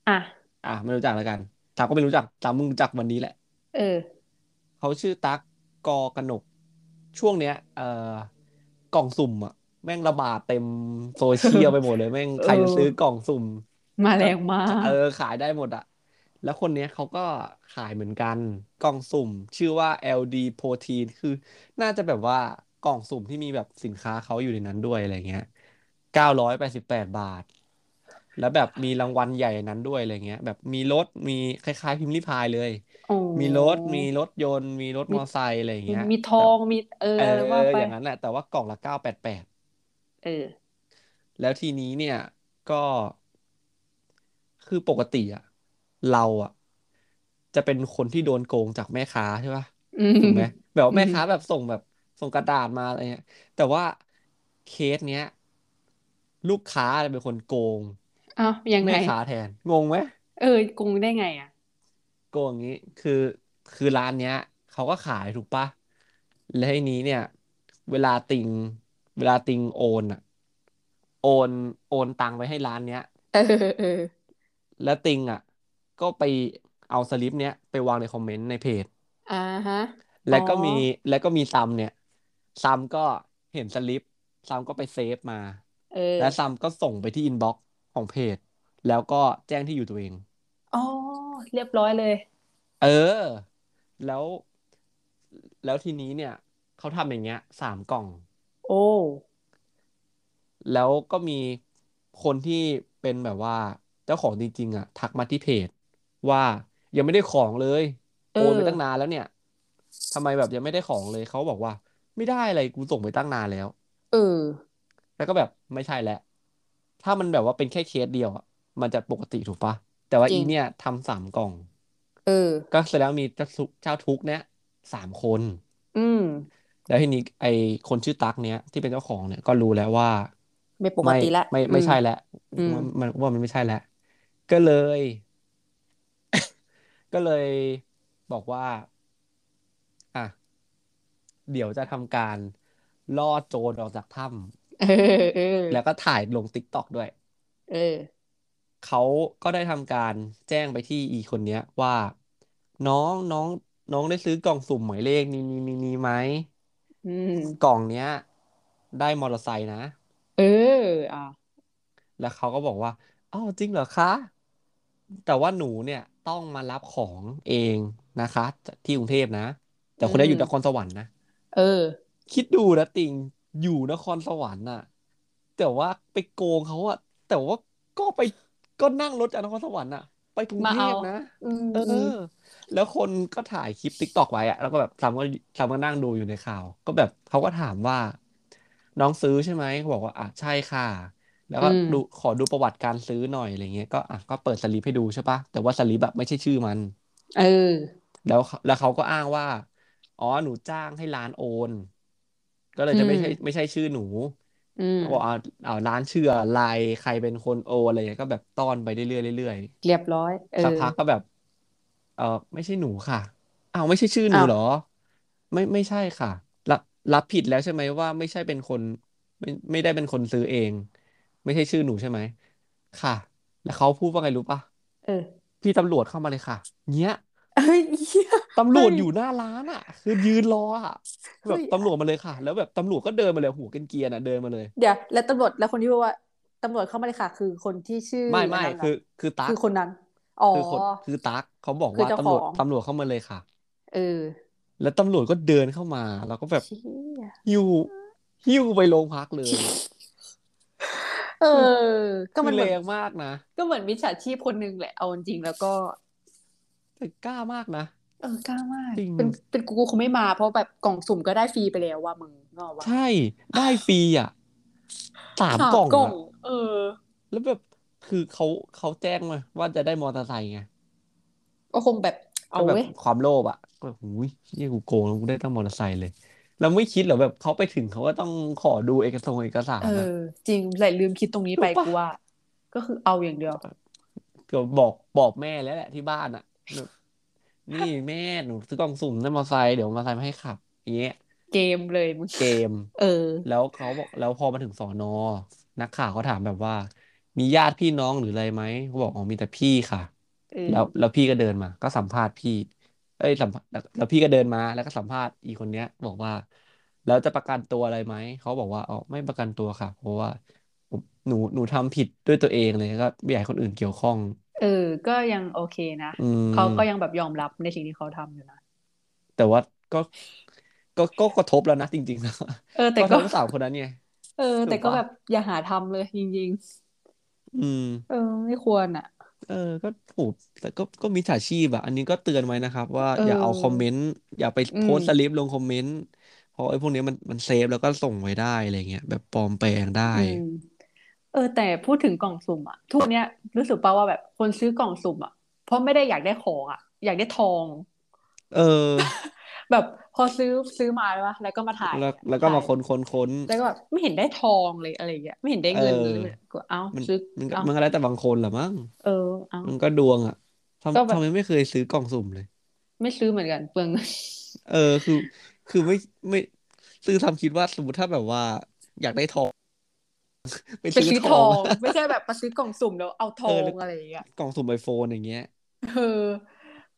Speaker 3: อ่ะ
Speaker 2: อ่ะไม่รู้จักแล้วกันตามก็ไม่รู้จักตามมึงรู้จักวันนี้แหละ
Speaker 3: เออ
Speaker 2: เขาชื่อตั๊กกอกนก ช่วงเนี้ย เอ่อกล่องสุ่มอ่ะ แม่งระบาดเต็มโซเชียลไปหมดเลย แม่ง
Speaker 3: เออ
Speaker 2: ใครจะซื้อกล่องสุ่ม
Speaker 3: มาแรงมาก
Speaker 2: เออ ขายได้หมดอ่ะ แล้วคนเนี้ยเขาก็ขายเหมือนกัน กล่องสุ่ม ชื่อว่า LD Protein คือน่าจะแบบว่ากล่องสุ่มที่มีแบบสินค้าเขาอยู่ในนั้นด้วยอะไรเงี้ยเก้าร้อยแปดสิบแปดบาท แล้วแบบมีรางวัลใหญ่ในนั้นด้วยอะไรเงี้ย แบบมีรถมีคล้ายๆพิมพ์ริพายเลย
Speaker 3: โอ้
Speaker 2: มีรถมีรถยนต์ มีรถมอไซค์อะไรอย่างเงี้ย
Speaker 3: มีทองมี เออ
Speaker 2: เออ
Speaker 3: อะไรว่าไป
Speaker 2: อย่างนั้นแหละแต่ว่ากล่องละเก้าแปดแปด
Speaker 3: เออ
Speaker 2: แล้วทีนี้เนี่ยก็คือปกติอะเราอะจะเป็นคนที่โดนโกงจากแม่ค้าใช่ป่ะ
Speaker 3: อืม
Speaker 2: ถูกไหมแบบว่า
Speaker 3: อืม
Speaker 2: แม่ค้าแบบส่งแบบส่งกระดาษมาอะไรเงี้ย แต่ว่าเคสเนี้ย ลูกค้าเป็นคนโกง
Speaker 3: อ้าวยังไง
Speaker 2: แม่ค้าแทนงงไหม
Speaker 3: เออโกงได้ไงอ่ะ
Speaker 2: โกงอย่างนี้คือคือร้านเนี้ยเขาก็ขายถูกปะแล้วทีนี้เนี่ย เวลาติง เวลาติงโอนอะโอนโอนตังไปให้ร้านเนี้ย
Speaker 3: เออเออ
Speaker 2: แล้วติงอะก็ไปเอาสลิปเนี้ยไปวางในคอมเมนต์ในเพจ
Speaker 3: อ่าฮะ
Speaker 2: แล้วก็
Speaker 3: อ๋อ
Speaker 2: มีแล้วก็มีซัมเนี่ยซัมก็เห็นสลิปซัมก็ไปเซฟมา
Speaker 3: เออ
Speaker 2: และซัมก็ส่งไปที่อินบ็อกซ์ของเพจ แล้วก็แจ้งที่อยู่ตัวเอง
Speaker 3: อ๋อ เรียบร้อยเลย
Speaker 2: เออ แล้วแล้วทีนี้เนี่ย เขาทำอย่างเงี้ยสามกล่อง
Speaker 3: โอ้
Speaker 2: แล้วก็มีคนที่เป็นแบบว่า เจ้าของจริงๆอ่ะ ทักมาที่เพจ ว่ายังไม่ได้ของเลย
Speaker 3: เอ
Speaker 2: โอ
Speaker 3: อ
Speaker 2: นไปตั้งนานแล้วเนี่ยทำไมแบบยังไม่ได้ของเลยเขาบอกว่า ไม่ได้อะไรกูส่งไปตั้งนานแล้ว
Speaker 3: เออ
Speaker 2: แล้วก็แบบไม่ใช่แหละ ถ้ามันแบบว่าเป็นแค่เคสเดียวอ่ะมันจะปกติถูกปะแต่ว่า
Speaker 3: จริ
Speaker 2: อี
Speaker 3: ง
Speaker 2: เนี่ยทำสามกล่อง
Speaker 3: เออ
Speaker 2: ก็แสดงว่ามีเจ้าทุกข์เจ้าทุกข์เนี่ยสามคน
Speaker 3: อืม
Speaker 2: แล้วทีนี้ไอ้คนชื่อตั๊กเนี้ยที่เป็นเจ้าของเนี่ยก็รู้แล้วว่า
Speaker 3: ไม่ปก
Speaker 2: ไม่
Speaker 3: ติละ
Speaker 2: ไม่
Speaker 3: อื
Speaker 2: ไม่
Speaker 3: ม
Speaker 2: ใช่แล้ว
Speaker 3: อืม
Speaker 2: มันมันว่ามันไม่ใช่แล้วก็เลย ก็เลยบอกว่า อ่ะเดี๋ยวจะทำการล่อโจรออกจากถ้
Speaker 3: เออ เออ
Speaker 2: ำแล้วก็ถ่ายลงติ๊กต็อกด้วย
Speaker 3: เออ
Speaker 2: เขาก็ได้ทำการแจ้งไปที่อีคนเนี้ยว่า น้องน้องน้องได้ซื้อกล่องสุ่มหมายเลขนี้นี้นี้นี้ไหม
Speaker 3: อืม
Speaker 2: กล่องเนี้ย ได้มอเตอร์ไซค์นะ
Speaker 3: เออ อ่ะ
Speaker 2: แล้วเขาก็บอกว่าอ้าวจริงเหรอคะ แต่ว่าหนูเนี่ยต้องมารับของเองนะคะจากที่กรุงเทพนะ แต่
Speaker 3: อื
Speaker 2: คนนี้
Speaker 3: ม
Speaker 2: อยู่นครสวรรค์นะ
Speaker 3: เออ
Speaker 2: คิดดูนะติงอยู่นครสวรรค์น่ะ แต่ว่าไปโกงเขาอะแต่ว่าก็ไปก็นั่งรถจากนครสวรรค์อะไปกรุง
Speaker 3: มา
Speaker 2: เท
Speaker 3: เอา
Speaker 2: พนะ
Speaker 3: อืม
Speaker 2: เออ
Speaker 3: อืม
Speaker 2: แล้วคนก็ถ่ายคลิปติ๊กตอกไว้อะแล้วก็แบบทำก็ทำก็นั่งดูอยู่ในข่าว ก็แบบเขาก็ถามว่า น้องซื้อใช่ไหมเขาบอกว่าอ่ะใช่ค่ะ แล้ว
Speaker 3: อื
Speaker 2: ก็
Speaker 3: ม
Speaker 2: ดูขอดูประวัติการซื้อหน่อยอะไรเงี้ยก็อ่ะก็เปิดสลิปให้ดูใช่ปะแต่ว่าสลิปแบบไม่ใช่ชื่อมัน
Speaker 3: เออ
Speaker 2: แล้วเขาแล้วเขาก็อ้างว่า อ๋อหนูจ้างให้ร้านโอน ก็เลย
Speaker 3: อื
Speaker 2: จะ
Speaker 3: ม
Speaker 2: ไม่ใช่ไม่ใช่ชื่อหนู
Speaker 3: อืม
Speaker 2: เขาบอกเอาเอาร้านชื่ออะไรใครเป็นคนโอนอะไรเงี้ยก็แบบต้อนไปเรื่อยๆเรื่อย
Speaker 3: เรียบร้อย เอ
Speaker 2: ๆ
Speaker 3: อ
Speaker 2: สักพักก็แบบ เออไม่ใช่หนูค่ะอ้าวไม่ใช่ชื่อหนู
Speaker 3: อ้าว
Speaker 2: เหรอ ไม่ไม่ใช่ค่ะ รับรับผิดแล้วใช่ไหมว่าไม่ใช่เป็นคน ไม่ไม่ได้เป็นคนซื้อเอง ไม่ใช่ชื่อหนูใช่ไหมค่ะ แล้วเขาพูดว่าไงรู้ป่ะ
Speaker 3: เออ
Speaker 2: พี่ตำรวจเข้ามาเลยค่ะเนี้ย
Speaker 3: เฮ้ยเหี้ย
Speaker 2: ตำร
Speaker 3: เฮ้
Speaker 2: วจ
Speaker 3: ย
Speaker 2: อยู่หน้าร้านอ่ะ คือยืนรออ่ะแบ
Speaker 3: เฮ้
Speaker 2: บ
Speaker 3: ย
Speaker 2: ตำรวจมาเลยค่ะ แล้วแบบตำรวจก็เดินมาเลยหัวเกรียนๆอ่ะเดินมาเลย
Speaker 3: เดี๋ยวแล้วตำรวจแล้วคนที่บอกว่าตำรวจเข้ามาเลยค่ะ คือคนที่ชื่อ
Speaker 2: ไม่
Speaker 3: อั
Speaker 2: ไม่
Speaker 3: นนั้นเหรอ
Speaker 2: คือ คือตั
Speaker 3: คือก คนนั้น อ๋อ
Speaker 2: คือคนคือตักเขาบอก
Speaker 3: คือ
Speaker 2: ว่า
Speaker 3: เจ้าข
Speaker 2: ตำร
Speaker 3: อ
Speaker 2: วจ
Speaker 3: ง
Speaker 2: ตำรวจเข้ามาเลยค่ะ
Speaker 3: เออ
Speaker 2: แล้วตำรวจก็เดินเข้ามา แล้วก็แบบ
Speaker 3: เชี่ย
Speaker 2: หิ้วหิ้วไปโรงพักเลย
Speaker 3: เออ
Speaker 2: คือ
Speaker 3: ก็
Speaker 2: คือ
Speaker 3: มันเห
Speaker 2: เล
Speaker 3: มือน
Speaker 2: วมากนะ
Speaker 3: ก็เหมือนมิจฉาชีพคนหนึ่งแหละเอาจริงๆแล้วก็
Speaker 2: แต่กล้ามากนะ
Speaker 3: เออกล้ามาก
Speaker 2: จริง
Speaker 3: เป็นเป็นกูกูคงไม่มาเพราะแบบกล่องสุ่มก็ได้ฟรีไปแล้วว่ามึงงอกว่า
Speaker 2: ใช่ได้ฟรีอ่ะสาม
Speaker 3: สาก ม
Speaker 2: ล่อง
Speaker 3: กล่อง
Speaker 2: อ่ะ
Speaker 3: เออ
Speaker 2: แล้วแบบคือเขาเขาแจ้งมาว่าจะได้มอเตอร์ไซค์ไง
Speaker 3: ก็คงแบบเอา
Speaker 2: ก็แบบ
Speaker 3: เว้ย
Speaker 2: ความโลภอ่ะก็แบบหูยเหี่ยกูโกงแล้วกูได้ตั้งมอเตอร์ไซค์เลย แล้ เราไม่คิดหรอแบบเขาไปถึงเขาก็ต้องขอดูเอกสารเอกสาร
Speaker 3: เอ
Speaker 2: อะ
Speaker 3: อ จริงไหลลืมคิดตรงนี้ไป
Speaker 2: รู้ปะ
Speaker 3: กูว่า ก็คือเอาอย่างเดียว
Speaker 2: เกือบบอกบอกแม่แล้วแหละที่บ้านอ่ะแบบนี่แม่หนูซื้อกล่องสุ่มนั่นมอไซค์เดี๋ยวมอไซค์มาให้ขับอย่างเงี้ย
Speaker 3: เกมเลยมึง
Speaker 2: เกม
Speaker 3: เออ
Speaker 2: แล้วเขาบอกแล้วพอมาถึงสอนอ นักข่าวเขาถามแบบว่า มีญาติพี่น้องหรืออะไรไหมเขาบอกอ๋อมีแต่พี่ค่ะ
Speaker 3: เออ
Speaker 2: แล้วแล้วพี่ก็เดินมา ก็สัมภาษณ์พี่ เอ้ยสัมภาษณ์แล้วแล้วพี่ก็เดินมาแล้วก็สัมภาษณ์อีคนเนี้ย บอกว่า แล้วจะประกันตัวอะไรไหมเขาบอกว่าอ๋อไม่ประกันตัวค่ะ เพราะว่าผมหนูหนูทำผิดด้วยตัวเองเลยก็ไม่อยากให้คนอื่นเกี่ยวข้อง
Speaker 3: เออ ก็ยังโอเคนะ
Speaker 2: อืม
Speaker 3: เขาก็ยังแบบยอมรับในสิ่งที่เขาทำอยู่นะ
Speaker 2: แต่ว่าก็ก็ก็กระทบแล้วนะจริงๆนะ
Speaker 3: เออ แต่
Speaker 2: ก็
Speaker 3: ก็
Speaker 2: ทั้งสามคนนั้นไง
Speaker 3: เออ แต่ก็
Speaker 2: ถูกปะ
Speaker 3: แบบอย่าหาทำเลยจริง
Speaker 2: อืม
Speaker 3: ๆเออ ไม่ควรอ่ะ
Speaker 2: เออ ก็ถูกแต่ก็ ก็มิจฉาชีพอะอันนี้ก็เตือนไว้นะครับ ว่า
Speaker 3: เอออย่
Speaker 2: อาเอาคอมเมนต์ อย่าไป
Speaker 3: อื
Speaker 2: โพ
Speaker 3: ม
Speaker 2: สต์สลิปลงคอมเมนต์ เพราะไอ้พวกเนี้ยมัน มันเซฟแล้วก็ส่งไว้ได้อะไรเงี้ย แบบปลอมแปลงได้
Speaker 3: อืม เออ แต่พูดถึงกล่องสุ่มอ่ะ ทุกวันเนี้ยรู้สึกป่าวว่าแบบคนซื้อกล่องสุ่มอ่ะ เพราะไม่ได้อยากได้ของอ่ะ อยากได้ทอง
Speaker 2: เออ
Speaker 3: แบบพอซื้อซื้อมาแล้วอะแล้วก็มาถ่าย
Speaker 2: แล้ว แล้วก็มา
Speaker 3: ถ่าย
Speaker 2: ค้นค้นค้น
Speaker 3: แล้วก็แบบไม่เห็นได้ทองเลยอะไรอย่างเงี้ยไม่เห็นได้เงิน
Speaker 2: เออ
Speaker 3: เลยก็เอา
Speaker 2: มัน
Speaker 3: ซื้อ
Speaker 2: มันก็
Speaker 3: เอา
Speaker 2: มันก็แล้วแต่บางคนแหละมั้ง
Speaker 3: เออเอา
Speaker 2: มันก็ดวงอะ
Speaker 3: ก็แบ
Speaker 2: ทำ
Speaker 3: บ
Speaker 2: ทำไมไม่เคยซื้อกล่องสุ่มเลย
Speaker 3: ไม่ซื้อเหมือนกันเปลืองเงิน
Speaker 2: เออ คือ คือไม่ ไม่ ซื้อทำคิดว่าสมมติถ้าแบบว่า อยากได้ทอง ไป
Speaker 3: ไป
Speaker 2: ซื้อ
Speaker 3: ซื้อ
Speaker 2: ท
Speaker 3: ท
Speaker 2: อ
Speaker 3: อง ง ไม่ใช่แบบไปซื้อกล่องสุ่มแล้วเอาท
Speaker 2: เอ
Speaker 3: อ
Speaker 2: อแล้
Speaker 3: ง
Speaker 2: ว
Speaker 3: อะไรอย่างเงี้ย
Speaker 2: กล่องสุ่มไอโฟนอย่างเงี้ย
Speaker 3: เออ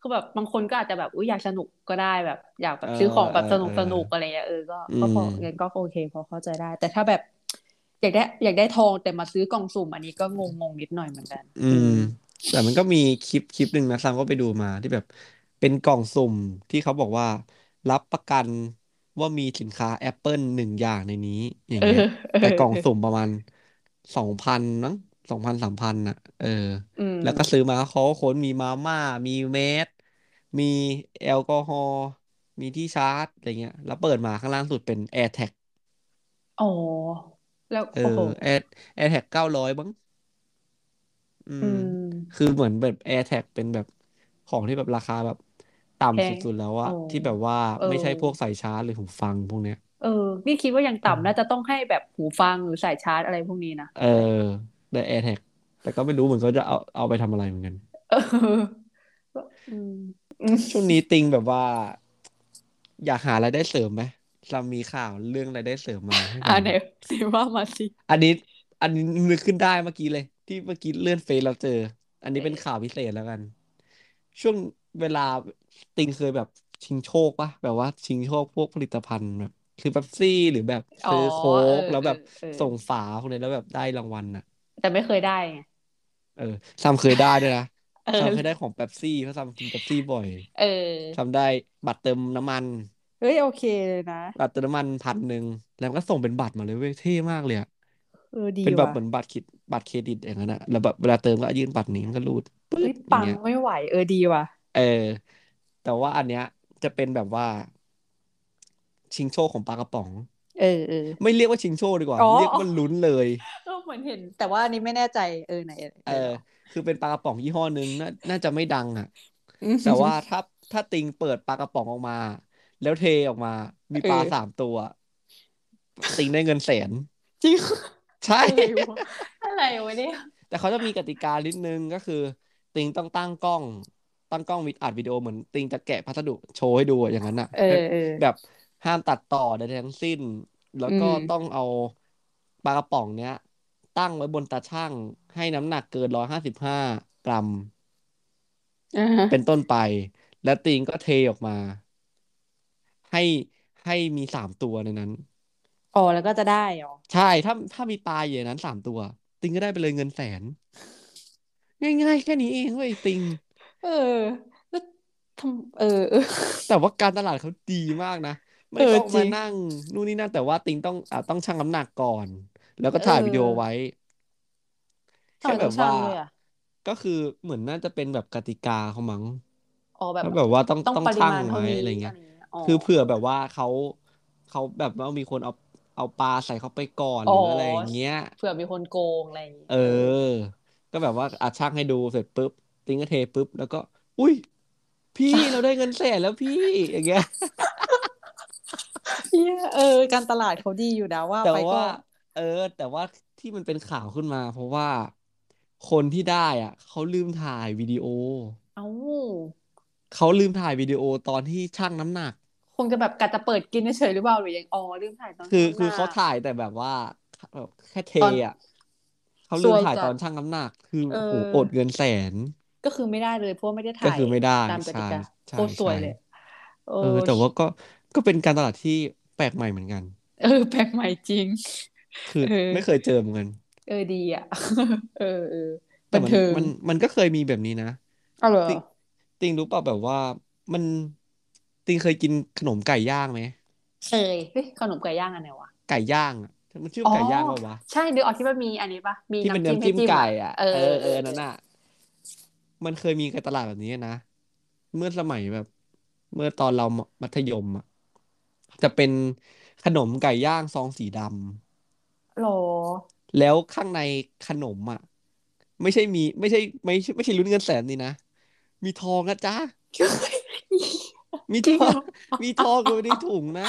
Speaker 3: คือแบบบางคนก็อาจจะแบบอุ้ยอยากสนุกก็ได้แบบ อยากแบ
Speaker 2: เอบ อ
Speaker 3: ซื้อของแบ
Speaker 2: เอบ อ
Speaker 3: สนุ
Speaker 2: เอก อ
Speaker 3: สนุกอะไรเงี้ยเออก็
Speaker 2: อื
Speaker 3: ก็พ
Speaker 2: ม
Speaker 3: อเงินก็โอเคพอเข้าใจได้ แต่ถ้าแบบอยากได้อยากได้ทองแต่มาซื้อกล่องสุ่ม อันนี้ก็งงงนิดหน่อยเหมือนกัน
Speaker 2: อื
Speaker 3: อื
Speaker 2: ม
Speaker 3: ม
Speaker 2: แต่มันก็มีคลิปคลิปหนึ่งนะซัมก็ไปดูมาที่แบบ เป็นกล่องสุ่มที่เขาบอกว่า รับประกันว่ามีสินค้า Apple หนึ่งอย่างในนี้ อย่า
Speaker 3: เอง อ
Speaker 2: เงี้ย
Speaker 3: เออ
Speaker 2: แต่กล่อง
Speaker 3: เออ
Speaker 2: สุ่มประมาณสองพันมั้งสองพันสามพันอ่ะ เออ
Speaker 3: อืม
Speaker 2: แล้วก็ซื้อมาเขาก็ค้นมีมาม่า มีแมสมีแอลกอฮอล์มีที่ชาร์จอะไรเงี้ย แล้วเปิดมาข้างล่างสุดเป็น AirTag
Speaker 3: อ๋อ แล้ว
Speaker 2: เออ
Speaker 3: โอ้โห
Speaker 2: Air AirTag เก้าร้อยมั้ง อื
Speaker 3: อื
Speaker 2: ม
Speaker 3: ม
Speaker 2: คือเหมือนแบบ AirTag เป็นแบบของที่แบบราคาแบบ
Speaker 3: แพ
Speaker 2: ต่ำส
Speaker 3: ง
Speaker 2: ุดๆแล้ว
Speaker 3: อ๋
Speaker 2: อะ
Speaker 3: อ
Speaker 2: ที่แบบว่า
Speaker 3: เออ
Speaker 2: ไม่ใช่พวกสายชาร์จหรือหูฟังพวกเนี้ย
Speaker 3: เออ นี่คิดว่ายัง
Speaker 2: อืม
Speaker 3: ต่ำน่าจะต้องให้แบบหูฟังหรือสายชาร์จอะไรพวกนี้นะ
Speaker 2: เออได้ AirTag แต่ก็ไม่รู้เหมือนเขาจะเอาเอาไปทำอะไรเหมือนกัน
Speaker 3: เออก็อืมอืม
Speaker 2: ช่วงนี้ติงแบบว่า อยากหารายได้เสริมไหมเรามีข่าวเรื่องรายได้เสริมมาให้
Speaker 3: อ่า
Speaker 2: ฟัง
Speaker 3: ไหนไหนว่ามาสิ
Speaker 2: อันนี้ อันนี้นึกขึ้นได้เมื่อกี้เลย ที่เมื่อกี้เลื่อนเฟซเราเจอ อันนี้
Speaker 3: เอ๊ะ
Speaker 2: เป็นข่าวพิเศษแล้วกัน ช่วงเวลาติงเคยแบบชิงโชคปะแบบว่าชิงโชคพวกผลิตภัณฑ์แบบซื้อเป๊ปซี่หรือแบบ
Speaker 3: อ๋อ
Speaker 2: ซื้อโค้
Speaker 3: เออก
Speaker 2: แล้ว
Speaker 3: เออ
Speaker 2: แบบ
Speaker 3: เออ
Speaker 2: ส่งฝาพวกนี้แล้วแบบได้รางวัลน่ะ
Speaker 3: แต่ไม่เคยได้ไง
Speaker 2: เออซัมเคยได้ด้วยนะ
Speaker 3: เออ
Speaker 2: ซัมเคยได้ของเป๊ปซี่เพราะซัมกินเป๊ปซี่บ่อย
Speaker 3: เออ
Speaker 2: ซัมได้บัตรเติมน้ำมัน
Speaker 3: เฮ้ยโอเคเลยนะ
Speaker 2: บัตรเติมน้ำมันพันหนึ่งแล้วก็ส่งเป็นบัตรมาเลยเว้ยเท่มากเลยอะ
Speaker 3: เออดี
Speaker 2: เป็นแบบ
Speaker 3: ว่ะ
Speaker 2: เหมือนบัตรเครดิตบัตรเครดิตอย่างนั้นอะแล้วแบบเวลาเติมก็ยื่นบัตรนี้มันก็รูดปึ๊
Speaker 3: เฮ้
Speaker 2: ด
Speaker 3: ย
Speaker 2: อย่า
Speaker 3: ปั
Speaker 2: ง
Speaker 3: ง
Speaker 2: เงี้ย
Speaker 3: ไม่ไหว เออดีว่ะ
Speaker 2: เออ แต่ว่าอันเนี้ยจะเป็นแบบว่าชิงโชคของปลากระป๋อง
Speaker 3: เออเออ
Speaker 2: ไม่เรียกว่าชิงโชคดีกว่า
Speaker 3: อ๋อ
Speaker 2: เรียก
Speaker 3: อ๋อ
Speaker 2: ว่าลุ้นเลย
Speaker 3: ก็เหมือนเห็น แต่ว่าอันนี้ไม่แน่ใจเออไหนเออ
Speaker 2: เอ
Speaker 3: เอ
Speaker 2: อ
Speaker 3: อลอง
Speaker 2: คือเป็นปลากระป๋องยี่ห้อหนึ่งน่าน่าจะไม่ดัง อ่ะ
Speaker 3: อืม
Speaker 2: แต่ว่าถ้าถ้าติงเปิดปลากระป๋องออกมา แล้วเทออกมา มี
Speaker 3: เออ
Speaker 2: ปลาสามตัว ติงได้เงินแสน
Speaker 3: จริง
Speaker 2: ใช่
Speaker 3: อะไรวะอะไรวะเนี่ย
Speaker 2: แต่เขาจะมีกติกานิดนึงก็คือ ติงต้องตั้งกล้อง ตั้งกล้องวิดอัดวิดีโอเหมือน ติงจะแกะพัสดุโชว์ให้ดูอะอย่างนั้นอ่ะ
Speaker 3: เออ
Speaker 2: เอ้ย
Speaker 3: เออ
Speaker 2: แบบห้ามตัดต่อใดๆทั้งสิ้น แล้
Speaker 3: อื
Speaker 2: วก็
Speaker 3: ม
Speaker 2: ต้องเอาปลากระป๋องเนี้ย ตั้งไว้บนตาชั่งให้น้ำหนักเกินร้อยห้าสิบห้ากรัม
Speaker 3: อ่าฮะ
Speaker 2: เป็นต้นไป แล้วติงก็เทออกมา ให้ให้มีสามตัวในนั้น
Speaker 3: อ๋อแล้วก็จะได้เหรอ
Speaker 2: ใช่ถ้าถ้ามีปลาอยู่ในนั้นสามตัว ติงก็ได้ไปเลยเงินแสน ง่ายๆ แค่นี้เองเว้ยติง
Speaker 3: เออแล้วทำเออเออ
Speaker 2: แต่ว่าการตลาดเขาดีมากนะ
Speaker 3: เอ
Speaker 2: ไม่
Speaker 3: อ
Speaker 2: ต้อง
Speaker 3: จ
Speaker 2: มา
Speaker 3: ริง
Speaker 2: นั่ง นู่นนี่นั่นแต่ว่าติงต้องอ่ะต้องชั่งน้ำหนักก่อน แล้วก็
Speaker 3: เออ
Speaker 2: ถ่ายวิดีโอไว้
Speaker 3: เอา
Speaker 2: แค่แบ
Speaker 3: ต้อง
Speaker 2: บว่า
Speaker 3: ช่างด้วยอ่ะ
Speaker 2: ก็คือเหมือนน่าจะเป็นแบบกติกาเขามั้ง
Speaker 3: อ๋อแบบ
Speaker 2: แล้วแบบว่าต้อง
Speaker 3: ต้อง
Speaker 2: ต้อง
Speaker 3: ปริ
Speaker 2: ชั่ง
Speaker 3: มาณเท่า
Speaker 2: ไว้
Speaker 3: นี้
Speaker 2: อะไร
Speaker 3: อะ
Speaker 2: เงี้ย
Speaker 3: ไรเงี้ยอ๋อ
Speaker 2: คือเผื่อแบบว่าเขาเขาแบบว่ามีคนเอาเอาปลาใส่เข้าไปก่อน
Speaker 3: อ๋
Speaker 2: ห
Speaker 3: อ
Speaker 2: รืออะไรอย่างเงี้ย
Speaker 3: เผื่อมีคนโกงอะไรอย่างงี้
Speaker 2: เออ
Speaker 3: เออ
Speaker 2: ก็แบบว่าอาช่างให้ดูเสร็จปุ๊บ ติงก็เทปุ๊บ แล้วก็ อุ้ย พี่เราได้เงินแสนแล้วพี่ อย่างเงี้ย
Speaker 3: เหี้ยเออ การตลาดเขาดีอยู่นะว่า
Speaker 2: แต่
Speaker 3: ไปก็
Speaker 2: ว่า เออ แต่ว่าที่มันเป็นข่าวขึ้นมา เพราะว่าคนที่ได้อ่ะเขาลืมถ่ายวิดีโอ
Speaker 3: เอ้า
Speaker 2: เขาลืมถ่ายวิดีโอตอนที่ชั่งน้ำหนัก
Speaker 3: คงจะแบบกะจะเปิดกินเฉยๆหรือเปล่าหรือยังอ๋อลืมถ่ายตอน
Speaker 2: คือ
Speaker 3: ข้งหน้
Speaker 2: คือเขาถ่ายแต่แบบว่าแบบแค่เท
Speaker 3: ตอน
Speaker 2: อ่ะเขาลืมถ่าย
Speaker 3: ซวยจัด
Speaker 2: ตอนชั่งน้ำหนัก คือ
Speaker 3: เออ
Speaker 2: โอ้โหอดเงินแสน
Speaker 3: ก็คือไม่ได้เลยเพราะว่าไม่ได้ถ่าย
Speaker 2: ก็คือไม่ได้
Speaker 3: ตามกติ
Speaker 2: ใช่
Speaker 3: กา
Speaker 2: ใช่
Speaker 3: โคตรสวยเลย
Speaker 2: ใช่เออ แต่ว่าก็ก็เป็นการตลาดที่แปลกใหม่เหมือนกัน
Speaker 3: เออแปลกใหม่จริง
Speaker 2: คือ
Speaker 3: เออ
Speaker 2: ไม่เคยเจอเหมือนกัน
Speaker 3: เออดีอ่ะ เออเออ
Speaker 2: แต่
Speaker 3: บัน
Speaker 2: มัน
Speaker 3: เทิง
Speaker 2: มันมันก็เคยมีแบบนี้นะ
Speaker 3: เอาเหรอ
Speaker 2: ติงติงรู้เปล่าแบบว่ามันติงเคยกินขนมไก่ย่างไหม
Speaker 3: เคยเฮ้ยขนมไก่ย่างอันไหนวะ
Speaker 2: ไก่ย่างอ่ะมันชื่อ
Speaker 3: อ๋อ
Speaker 2: ไก่ย่างเปล่าวะ
Speaker 3: ใช่ดูออกที่ว่ามีอันนี้ปะมี
Speaker 2: ที่มัน
Speaker 3: น้ำ
Speaker 2: น้ำจิ้ม
Speaker 3: ให้
Speaker 2: ไก่
Speaker 3: อะ
Speaker 2: อ่ะ
Speaker 3: เออ
Speaker 2: เออเออ
Speaker 3: เออ
Speaker 2: นั่นอ่ะมันเคยมีการตลาดแบบนี้นะเมื่อสมัยแบบ เมื่อตอนเรามัธยมอ่ะจะเป็นขนมไก่ย่างซองสีดำ
Speaker 3: หรอ
Speaker 2: แล้วข้างในขนมอ่ะ ไม่ใช่มีไม่ใช่ไม่ใช่ไม่ใช่ลุ้นเงินแสนนี่นะ มีทองนะจ๊ะ มี
Speaker 3: จริง
Speaker 2: ท
Speaker 3: เห
Speaker 2: อ
Speaker 3: รง อ
Speaker 2: มีทองอยู่ในถุงนะ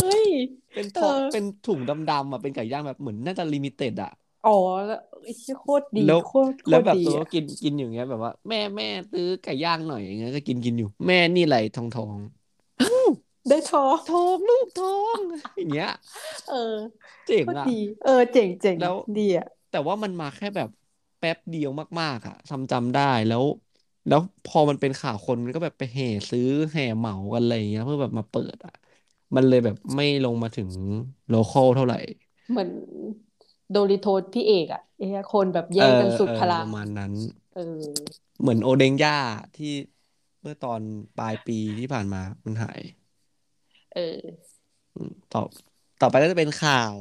Speaker 3: เฮ้ย
Speaker 2: เป็นทอง
Speaker 3: เออ
Speaker 2: เป็นถุงดำๆอ่ะเป็นไก่ย่างแบบเหมือนน่าจะลิมิเต็ดอ่ะ
Speaker 3: อ๋อแล้วไอ้เหี้ยโคตรดี
Speaker 2: แล้ว
Speaker 3: โคตรโค
Speaker 2: แล้ว
Speaker 3: ตร
Speaker 2: แบบ
Speaker 3: ดี
Speaker 2: สมมติ
Speaker 3: อ่ะ
Speaker 2: ว่ากินกินอยู่อย่างเงี้ยแบบว่าแม่แม่ซื้อไก่ย่างหน่อยอย่างเงี้ยก็กินกินอยู่ แม่นี่อะไรทองทองอู้
Speaker 3: ได้ทอง
Speaker 2: ทองลูกทอง อย่างเงี้ย
Speaker 3: เออ
Speaker 2: เจ๋ง
Speaker 3: โคตร
Speaker 2: อ่ะ
Speaker 3: ดี เออ เจ๋งเจ๋ง
Speaker 2: แล้ว
Speaker 3: ดีอ่ะ
Speaker 2: แต่ว่ามันมาแค่แบบแป๊บเดียวมากๆอะทำจำได้แล้ว แล้วพอมันเป็นข่าวคนมันก็แบบไปแห่ซื้อแห่เหมากันอะไรอย่างเงี้ยเพื่อแบบมาเปิดอะมันเลยแบบไม่ลงมาถึงโลคอลเท่าไหร่
Speaker 3: เหมือนโดริโทสพี่เอกอ่ะไอ้เหี้ยคนแบบ
Speaker 2: เอ
Speaker 3: แย่
Speaker 2: อง
Speaker 3: กันสุด
Speaker 2: เออ
Speaker 3: พลั
Speaker 2: ป
Speaker 3: ง
Speaker 2: ระมาณนั้น
Speaker 3: เออ
Speaker 2: เหมือนโอเดงย่าที่เมื่อตอนปลายปีที่ผ่านมามันหาย
Speaker 3: เออ
Speaker 2: อืมต่อต่อไปก็จะเป็นข่าว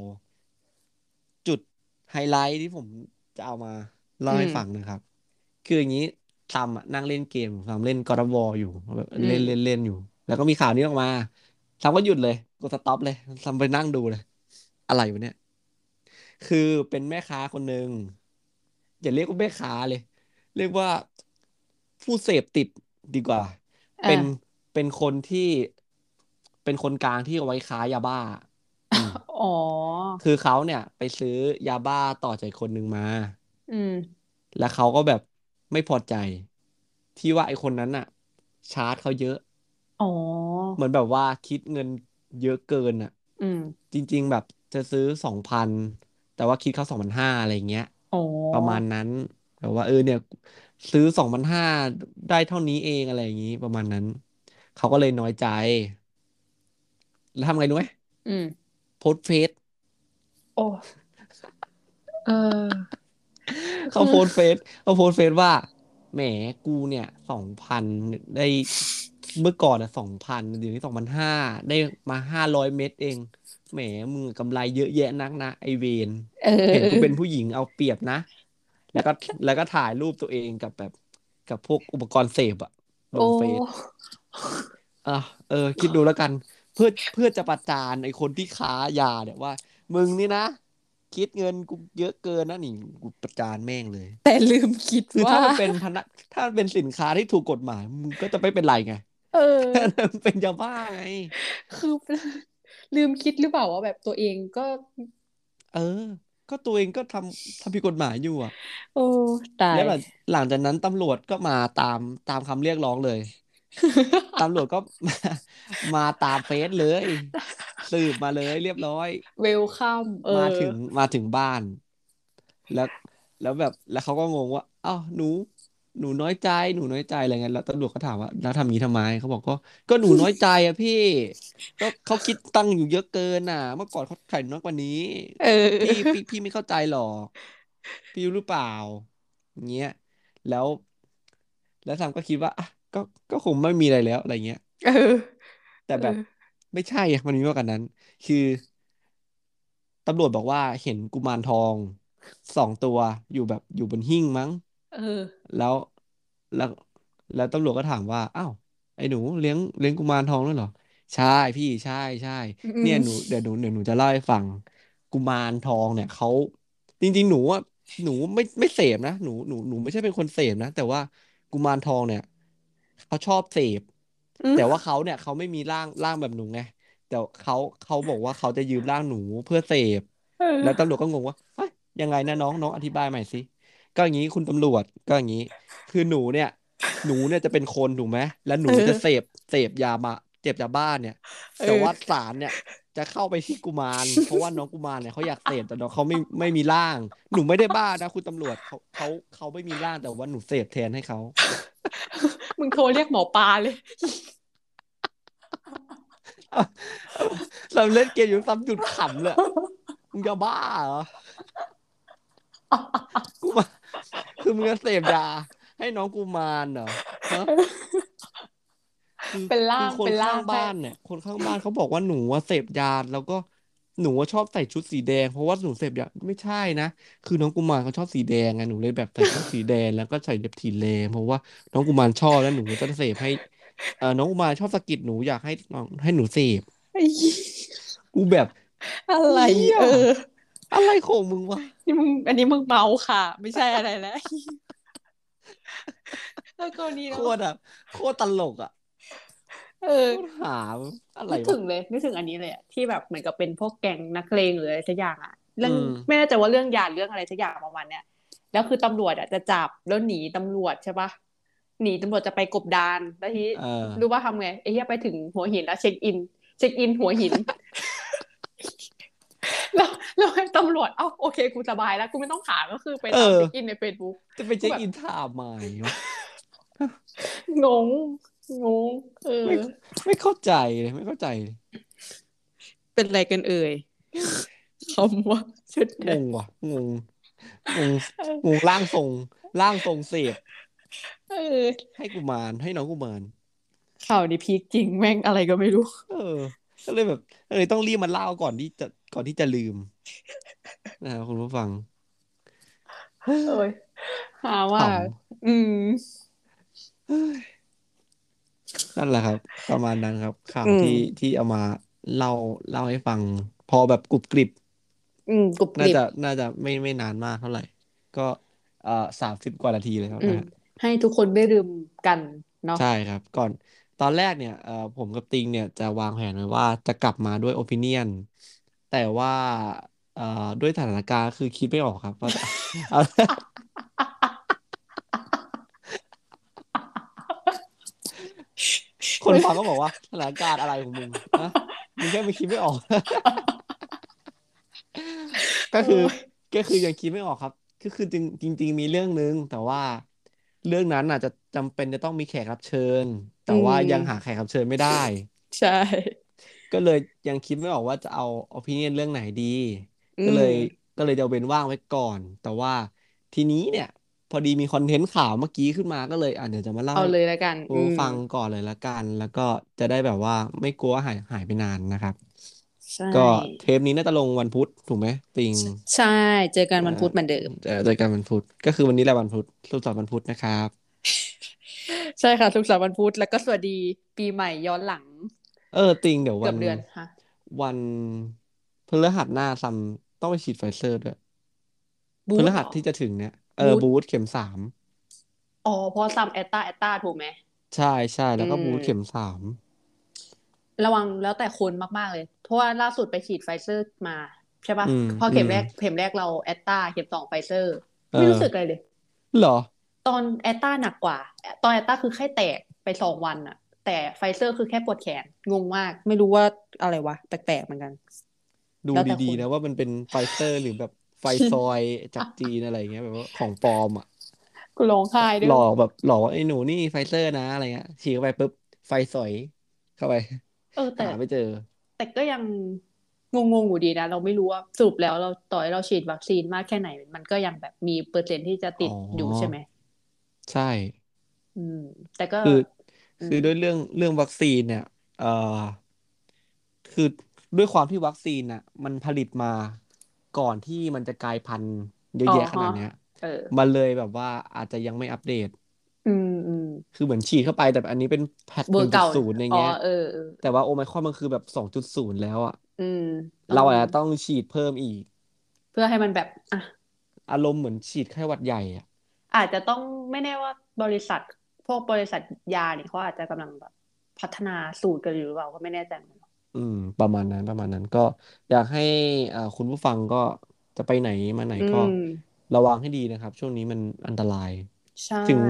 Speaker 2: จุดไฮไลท์ที่ผมจะเอามาเล่า
Speaker 3: อื
Speaker 2: ให้
Speaker 3: ม
Speaker 2: ฟังนะครับ คืออย่างนี้ซัมอะนั่งเล่นเกมซัมเล่นกอล์ฟวออยู่แบบ
Speaker 3: อื
Speaker 2: เล่
Speaker 3: ม
Speaker 2: นเล่นเล่นอยู่ แล้วก็มีข่าวนี้ออกมาซัมก็หยุดเลยกดสต็อปเลยซัมไปนั่งดูเลย อะไรวะเนี่ย คือเป็นแม่ค้าคนหนึ่งอย่าเรียกว่าแม่ค้าเลย เรียกว่าผู้เสพติดดีกว่า
Speaker 3: อ่า
Speaker 2: เป็นเป็นคนที่เป็นคนกลางที่เอาไว้ค้ายาบ้า อื ม
Speaker 3: อ๋อ
Speaker 2: คือเขาเนี่ยไปซื้อยาบ้าต่อจากคนหนึ่งมา
Speaker 3: อืม
Speaker 2: แล้วเขาก็แบบไม่พอใจ ที่ว่าไอ้คนนั้นน่ะ ชาร์จเขาเยอะ
Speaker 3: อ๋อ
Speaker 2: เหมือนแบบว่าคิดเงินเยอะเกินอ่ะ
Speaker 3: อืม
Speaker 2: จริง ๆ แบบจะซื้อสองพันแต่ว่าคิดเขาสองพันห้าอะไรเงี้ย
Speaker 3: อ๋อ
Speaker 2: ประมาณนั้นแบบว่าเออเนี่ย ซื้อสองพันห้าได้เท่านี้เองอะไรอย่างงี้ประมาณนั้น เขาก็เลยน้อยใจ แล้วทำไงรู้ไหม
Speaker 3: อืม
Speaker 2: โพสต์เฟซ
Speaker 3: โอ้ เออ
Speaker 2: เขาโพสต์เฟซเขาโพสต์เฟซว่า แหมกูเนี่ยสองพันได้เมื่อก่อนอะสองพันเดี๋ยวนี้สองพันห้าได้มาห้าร้อยเม็ดเอง แหมมึงกำไรเยอะแยะนักนะไอเวน
Speaker 3: เออ
Speaker 2: เห็นกูเป็นผู้หญิงเอาเปรียบนะ แล้ว ก็แล้วก็ถ่ายรูปตัวเองกับแบบกับพวกอุปกรณ์เสพอะล
Speaker 3: โอ้
Speaker 2: งเฟซอ่ะเออ คิดดูแล้วกัน เพื่อเพื่อจะประจานไอคนที่ค้ายาเนี่ยว่า มึงนี่นะ คิดเงินกูเยอะเกินนะนี่กูประจานแม่งเลย
Speaker 3: แต่ลืมคิด
Speaker 2: คือ
Speaker 3: ว่า
Speaker 2: ถ้ามันเป็นพนักถ้ามันเป็นสินค้าที่ถูกกฎหมายมึงก็จะไม่เป็นไรไง
Speaker 3: เออ
Speaker 2: มันเป็นยาบ้าไง
Speaker 3: คือ ลืมคิดหรือเปล่าว่าแบบตัวเองก็
Speaker 2: เออ ก็ตัวเองก็ทำทำผิดกฎหมายอยู่อ่ะ
Speaker 3: โอ้ ตา
Speaker 2: แล้
Speaker 3: ย
Speaker 2: วหลังหลังจากนั้นตำรวจก็มาตามตามคำเรียกร้อง เลยตำรวจก็ มามาตามเฟซเลย สืบมาเลยเรียบร้อย
Speaker 3: เวลคัม เออ
Speaker 2: มาถึงมาถึงบ้าน แล้วแล้วแบบแล้วเขาก็งงว่าอ้าวหนู หนูน้อยใจหนูน้อยใจอะไรเงี้ยแล้วตำรวจก็ถามว่าแล้วทำงี้ทำไมเขาบอกก็ก็หนูน้อยใจอะพี่ ก็เขาคิดตังค์อยู่เยอะเกินน่ะ เมื่อก่อนเขาขายน้อยกว่านี้
Speaker 3: เออ
Speaker 2: พี่ พี่พี่ไม่เข้าใจหรอกพี่รู้หรือเปล่าอย่างเงี้ยแล้ว แล้วทามก็คิดว่าอ่ะก็ก็คงไม่มีอะไรแล้วอะไรเงี้ย
Speaker 3: เออ
Speaker 2: แต่
Speaker 3: เออ
Speaker 2: แบบไม่ใช่อะมันมีมากกว่านั้น คือตำรวจบอกว่าเห็นกุมารทองสองตัวอยู่แบบอยู่บนหิ้งมั้ง
Speaker 3: เออ
Speaker 2: แล้วแล้วแล้วตำรวจก็ถามว่าอ้าวไอ้หนูเลี้ยงเลี้ยงกุมารทองด้วยเหรอ ใช่พี่ใช่ใช่
Speaker 3: อืม
Speaker 2: เนี่ยหนูเดี๋ยวหนูเดี๋ยวหนูจะเล่าให้ฟังกุมารทองเนี่ยเขาจริง ๆ หนูอ่ะหนูไม่ไม่เสพนะหนูหนูหนูไม่ใช่เป็นคนเสพนะแต่ว่ากุมารทองเนี่ยเขาชอบเสพ
Speaker 3: อืม
Speaker 2: แต่ว่าเขาเนี่ยเขาไม่มีร่างร่างแบบหนูไง แต่เขาเขาบอกว่าเขาจะยืมร่างหนูเพื่อเสพ
Speaker 3: เออ
Speaker 2: แล้วตำรวจก็งงว่าเอ้ยยังไงนะน้องน้องอธิบายใหม่สิ ก็อย่างนี้คุณตำรวจก็อย่างนี้ คือหนูเนี่ย หนูเนี่ยจะเป็นคนถูกไหมแล้วหนูจะเสพเสพยามาเสพยาบ้าเนี่ย แต่ว่าสารเนี่ยจะเข้าไปที่กุมาร เพราะว่าน้องกุมารเนี่ยเขาอยากเสพแต่น้องเขาไม่ไม่มีร่าง หนูไม่ได้บ้านะคุณตำรวจเขาเขาเขาไม่มีร่างแต่ว่าหนูเสพแทนให้เขา
Speaker 3: มึงโทรเรียกหมอปลาเลย
Speaker 2: เราเล่นเกมอยู่ซ้ำหยุดขำเลยอะมึงจะบ้าเหรอ กูมา คือมึงจะเสพยาให้น้องกูมารเหรอฮะคือ
Speaker 3: เป็นร่าง
Speaker 2: คือคน
Speaker 3: เป็นร่า
Speaker 2: ข้าง งบ้านเนี่ย คนข้างบ้านเขาบอกว่าหนูว่าเสพยาแล้วก็หนูว่าชอบใส่ชุดสีแดงเพราะว่าหนูเสพยาไม่ใช่นะคือน้องกุมารเขาชอบสีแดงไงหนูเลยแบบใส่ชุดสีแดงแล้วก็ใส่เล็บถีเลมเพราะว่าน้องกุมารชอบแล้วหนูก็จะเสพให้เอ่อน้องกุมารชอบสะกิดหนูอยากให้น้องให้หนูเสพ
Speaker 3: ไอ้เหี้ย
Speaker 2: กูแบบ
Speaker 3: อะไร
Speaker 2: เหี้ย
Speaker 3: เออ
Speaker 2: อะไรของมึงวะ
Speaker 3: นี่มึงอันนี้มึงเมาค่ะ ไม่ใช่อะไรแล้วแล้วก็นี้
Speaker 2: โค
Speaker 3: เนาะ
Speaker 2: ตรอะโคตรตลกอะ
Speaker 3: เออ
Speaker 2: โคตรหาอะไร
Speaker 3: นึก
Speaker 2: วะ
Speaker 3: ถึงเลยนึกถึงอันนี้เลยอะที่แบบเหมือนกับเป็นพวกแก๊งนักเลงหรืออะไรสักอย่างอะเรื่อง
Speaker 2: อืม
Speaker 3: ไม่แน่ใจว่าเรื่องยาหรือเรื่องอะไรสักอย่างประมาณเนี้ยแล้วคือตำรวจอะจะจับแล้วหนีตำรวจใช่ปะหนีตำรวจจะไปกบดานแล้วทีนี้
Speaker 2: เออ
Speaker 3: รู้ว่าทำไงไอ้เหี้ยไปถึงหัวหินแล้วเช็คอิน เช็คอินหัวหิ น แล้วแล้วให้ตำรวจเอ้าโอเคกูสบายแล้วกูไม่ต้องถามก็คือไป
Speaker 2: เอ
Speaker 3: ตาม
Speaker 2: อ
Speaker 3: เช็คอินในเฟซบุ๊ก
Speaker 2: จะไปเช็คอินท่าใหม่วะ
Speaker 3: งง งง เออ
Speaker 2: ไม่ไม่เข้าใจเลยไม่เข้าใจเลย
Speaker 3: เป็นอะไรกันเอ่ย คำว่าชุด
Speaker 2: ง
Speaker 3: เดิม
Speaker 2: งว่ะงงงงงงร่างทรงร่างทรงเสพ
Speaker 3: เออ
Speaker 2: ให้กุมารให้น้องกุมาร
Speaker 3: ข่าวนี้พีคจริงแม่งอะไรก็ไม่รู้
Speaker 2: เออ ก็เลยแบบก็เลยต้องรีบมาเล่าก่อนที่จะก่อนที่จะลืมนะครับคุณผู้ฟัง
Speaker 3: เอ้ยหา
Speaker 2: ข
Speaker 3: ว่า อืม
Speaker 2: ำนั่นแหละครับ ประมาณนั้นครับข่าว
Speaker 3: อืม
Speaker 2: ที่ที่เอามาเล่าเล่าให้ฟัง พอแบบกรุบกริบ
Speaker 3: อืมกรุบก
Speaker 2: น่า
Speaker 3: ริบ
Speaker 2: จะน่าจะไม่ไม่นานมากเท่าไหร่ ก็เอ่อสามสิบกว่านาทีเลยครับ
Speaker 3: อื
Speaker 2: นะ
Speaker 3: ม
Speaker 2: ฮะ
Speaker 3: ให้ทุกคนไม่ลืมกันเนาะ
Speaker 2: ใช่ครับ ก่อนตอนแรกเนี่ยเอ่อผมกับติงเนี่ยจะวางแผนไว้ว่าจะกลับมาด้วยโอปิเนียน แต่ว่าเอ่อด้วยสถานการณ์คือคิดไม่ออกครับว่าจะเอา คนฟังก็บอกว่าสถานการณ์อะไรของมึงนะมึงแค่ไม่คิดไม่ออก ก็คือก็คือยังคิดไม่ออกครับ ก็คือจริงจริง ๆ มีเรื่องนึง แต่ว่าเรื่องนั้นอาจจะจำเป็นจะต้องมีแขกรับเชิญ แต่ว่ายังหาแขกรับเชิญไม่ได้
Speaker 3: ใช่
Speaker 2: ก็เลยยังคิดไม่ออกว่าจะเอาอภินิยนเรื่องไหนดี
Speaker 3: อื
Speaker 2: ก็
Speaker 3: ม
Speaker 2: เลยก็เลยจะเว้นว่างไว้ก่อน แต่ว่าทีนี้เนี่ย พอดีมีคอนเทนต์ข่าวเมื่อกี้ขึ้นมาก็เลยอ่ะเดี๋ยวจะมาเล่า
Speaker 3: เอา
Speaker 2: ให้
Speaker 3: เลยแล้วกัน
Speaker 2: โอ้
Speaker 3: อืม
Speaker 2: ฟังก่อนเลยละกัน แล้วก็จะได้แบบว่าไม่กลัวหายหายไปนานนะครับ
Speaker 3: ใช่
Speaker 2: ก็เทปนี้น่าจะลงวันพุธถูกไหมติง
Speaker 3: ใช่ เจอกันวันพุธเหมือนเดิม
Speaker 2: เอ่อเจอกันวันพุธก็คือวันนี้แหละวันพุธรูปสอบวันพุธนะครับ
Speaker 3: ใช่ค่ะทุกสัปดาห์วันพุธแล้วก็สวัสดีปีใหม่ย้อนหลัง
Speaker 2: เออติงเดี๋ยววั
Speaker 3: เกือบ
Speaker 2: น
Speaker 3: เดือนค่ะ
Speaker 2: วันพฤหัสหน้าซัมต้องไปฉีดไฟเซอร์ด้วย
Speaker 3: บู
Speaker 2: พ
Speaker 3: ธ
Speaker 2: ฤ
Speaker 3: เหรอ
Speaker 2: หัสที่จะถึงเนี่ยเออ
Speaker 3: บู
Speaker 2: บู
Speaker 3: ธ
Speaker 2: ธเข็มสาม
Speaker 3: อ๋อเพอซัมแอตตาแอตตาถูกไหม
Speaker 2: ใช่ใช่แล้วก็
Speaker 3: อืม
Speaker 2: บูธเข็มสาม
Speaker 3: ระวังแล้วแต่คนมาก ๆ เลย เพราะว่าล่าสุดไปฉีดไฟเซอร์มา ใช่ปะ
Speaker 2: อืม
Speaker 3: พอเข็ม
Speaker 2: อื
Speaker 3: แรกเข็มแรกเราแอตตาเข็มสองไฟเซอร์
Speaker 2: เอ
Speaker 3: ไม่
Speaker 2: อ
Speaker 3: รู้สึกอะไรเลย
Speaker 2: เหรอ
Speaker 3: ตอนแอตตาหนักกว่า ตอนแอตตาคือแค่แตกไปสองวันอะแต่ไฟเซอร์คือแค่ปวดแขน งงมาก ไม่รู้ว่าอะไรวะ แปลกๆเหมือนกัน
Speaker 2: ดู
Speaker 3: แล้วแต่
Speaker 2: ดี
Speaker 3: คุณ
Speaker 2: ๆนะว่ามันเป็นไฟเซอร์หรือแบบไฟซอยจากจีนอะไรเงี้ยแบบว่าของปลอมอ่ะ
Speaker 3: กูร้องไห้ด้ว
Speaker 2: หล
Speaker 3: ย
Speaker 2: อกแบบหลอกว่าไอ้หนูนี่ไฟเซอร์นะอะไรเงี้ยฉีดเข้าไปปุ๊บไฟสอยเข้าไป
Speaker 3: เออ แต่
Speaker 2: หาไม่เจอ
Speaker 3: แต่ก็ยังงงๆอยู่ดีนะ เราไม่รู้ว่าสรุปแล้วเราต่อให้เราฉีดวัคซีนมากแค่ไหน มันก็ยังแบบมีเปอร์เซ็นต์ที่จะติด
Speaker 2: อ๋อ
Speaker 3: อ
Speaker 2: อ
Speaker 3: ยู่ใช่ไหม
Speaker 2: ใช่
Speaker 3: อืม แต่ก็
Speaker 2: คือ
Speaker 3: อืม
Speaker 2: คือด้วยเรื่องเรื่องวัคซีนเนี่ยเอ่อคือด้วยความที่วัคซีนน่ะ มันผลิตมาก่อนที่มันจะกลายพันธุ์เยอะแยะขนาดเนี้ย
Speaker 3: เออ
Speaker 2: มันเลยแบบว่าอาจจะยังไม่อัปเดต
Speaker 3: อืมอืม
Speaker 2: คือเหมือนฉีดเข้าไปแต่อันนี้เป็นแพท
Speaker 3: เว
Speaker 2: ห
Speaker 3: อ
Speaker 2: นึ่
Speaker 3: ร์
Speaker 2: งจุ
Speaker 3: เก่า
Speaker 2: ดศูนย์อย่าง
Speaker 3: อ๋อ
Speaker 2: เงี้ย
Speaker 3: เออเออ
Speaker 2: แต่ว่าโอไมครอนมันคือแบบสองจุดศูนย์แล้วอ่ะ
Speaker 3: อืม
Speaker 2: เราอาจจะต้องฉีดเพิ่มอีก
Speaker 3: เพื่อให้มันแบบอ่ะ
Speaker 2: อารมณ์เหมือนฉีดไข้หวัดใหญ่อ่ะ
Speaker 3: อาจจะต้องไม่แน่ว่าบริษัท พวกบริษัทยาเนี่ยเขาอาจจะกำลังแบบพัฒนาสูตรกันอยู่หรือเปล่าก็ไม่แน่ใจเหมือนกัน
Speaker 2: อืม ประมาณนั้นประมาณนั้นก็อยากให้อ่าคุณผู้ฟังก็จะไปไหนมาไหน
Speaker 3: อื
Speaker 2: ก็
Speaker 3: ม
Speaker 2: ระวังให้ดีนะครับ ช่วงนี้มันอันตราย
Speaker 3: ใช่
Speaker 2: ถึง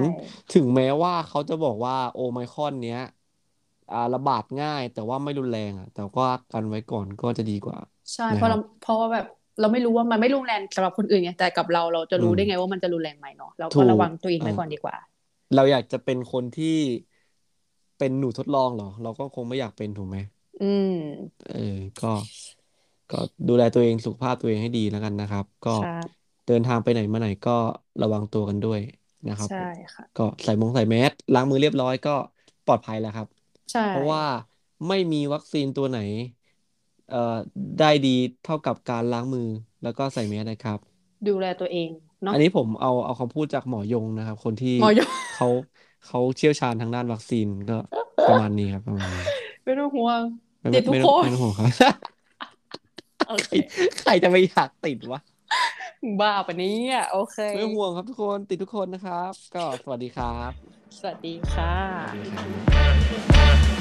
Speaker 2: ถึงแม้ว่าเขาจะบอกว่าโอไมครอนเนี้ย อ่าระบาดง่าย แต่ว่าไม่รุนแรงอ่ะ แต่ก็กันไว้ก่อนก็จะดีกว่า
Speaker 3: ใช่
Speaker 2: นะ
Speaker 3: เพ
Speaker 2: ค
Speaker 3: ราะ
Speaker 2: รั
Speaker 3: เรา
Speaker 2: บ
Speaker 3: เพราะว่าแบบเราไม่รู้ว่ามันไม่รุนแรงสำหรับคนอื่นไงแต่กับเราเราจะ
Speaker 2: อื
Speaker 3: รู้
Speaker 2: ม
Speaker 3: ได้ไงว่ามันจะรุนแรงไหมเนาะเรา
Speaker 2: ถู
Speaker 3: ก็ระ
Speaker 2: ก
Speaker 3: วังตัวเอง
Speaker 2: อ่า
Speaker 3: ไว้ก่อนดีกว่า
Speaker 2: เราอยากจะเป็นคนที่เป็นหนูทดลองเหรอ เราก็คงไม่อยากเป็นถูกไหม
Speaker 3: อืม
Speaker 2: เออ ก็ ก็ดูแลตัวเองสุขภาพตัวเองให้ดีแล้วกันนะครับ ก็
Speaker 3: ครับ
Speaker 2: เดินทางไปไหนมาไหนก็ระวังตัวกันด้วยนะครับ
Speaker 3: ใช่
Speaker 2: ผม
Speaker 3: ค่ะ
Speaker 2: ก็ใส่มงใส่แมสล้างมือเรียบร้อยก็ปลอดภัยแล้วครับ
Speaker 3: ใช่
Speaker 2: เพราะว่าไม่มีวัคซีนตัวไหน เอ่อได้ดีเท่ากับการล้างมือแล้วก็ใส่แมสนะครับ
Speaker 3: ดูแลตัวเองเนาะ
Speaker 2: อันนี้ผมเอาเอาคำพูดจากหมอยงนะครับ คนที่
Speaker 3: หมอยง
Speaker 2: เขาเขาเชี่ยวชาญทางด้านวัคซีนก็ประมาณนี้ครับประมาณนี้
Speaker 3: ไม่ต้องห่วง
Speaker 2: ไม่
Speaker 3: ติ
Speaker 2: ไม่
Speaker 3: ดทุก
Speaker 2: ไม่ต้องไม่
Speaker 3: คน
Speaker 2: ต้องห่วงครับ
Speaker 3: โอ
Speaker 2: ใค
Speaker 3: เค
Speaker 2: รใครจะไม่อยากติดวะ
Speaker 3: มึงบ้าปะเนี่ยโอเค
Speaker 2: ไม่ต้องห่วงครับทุกคนติดทุกคนนะครับ ก็สวัสดีครับ
Speaker 3: สวัสดีค่
Speaker 2: สวัส
Speaker 3: ะ
Speaker 2: ดีครับ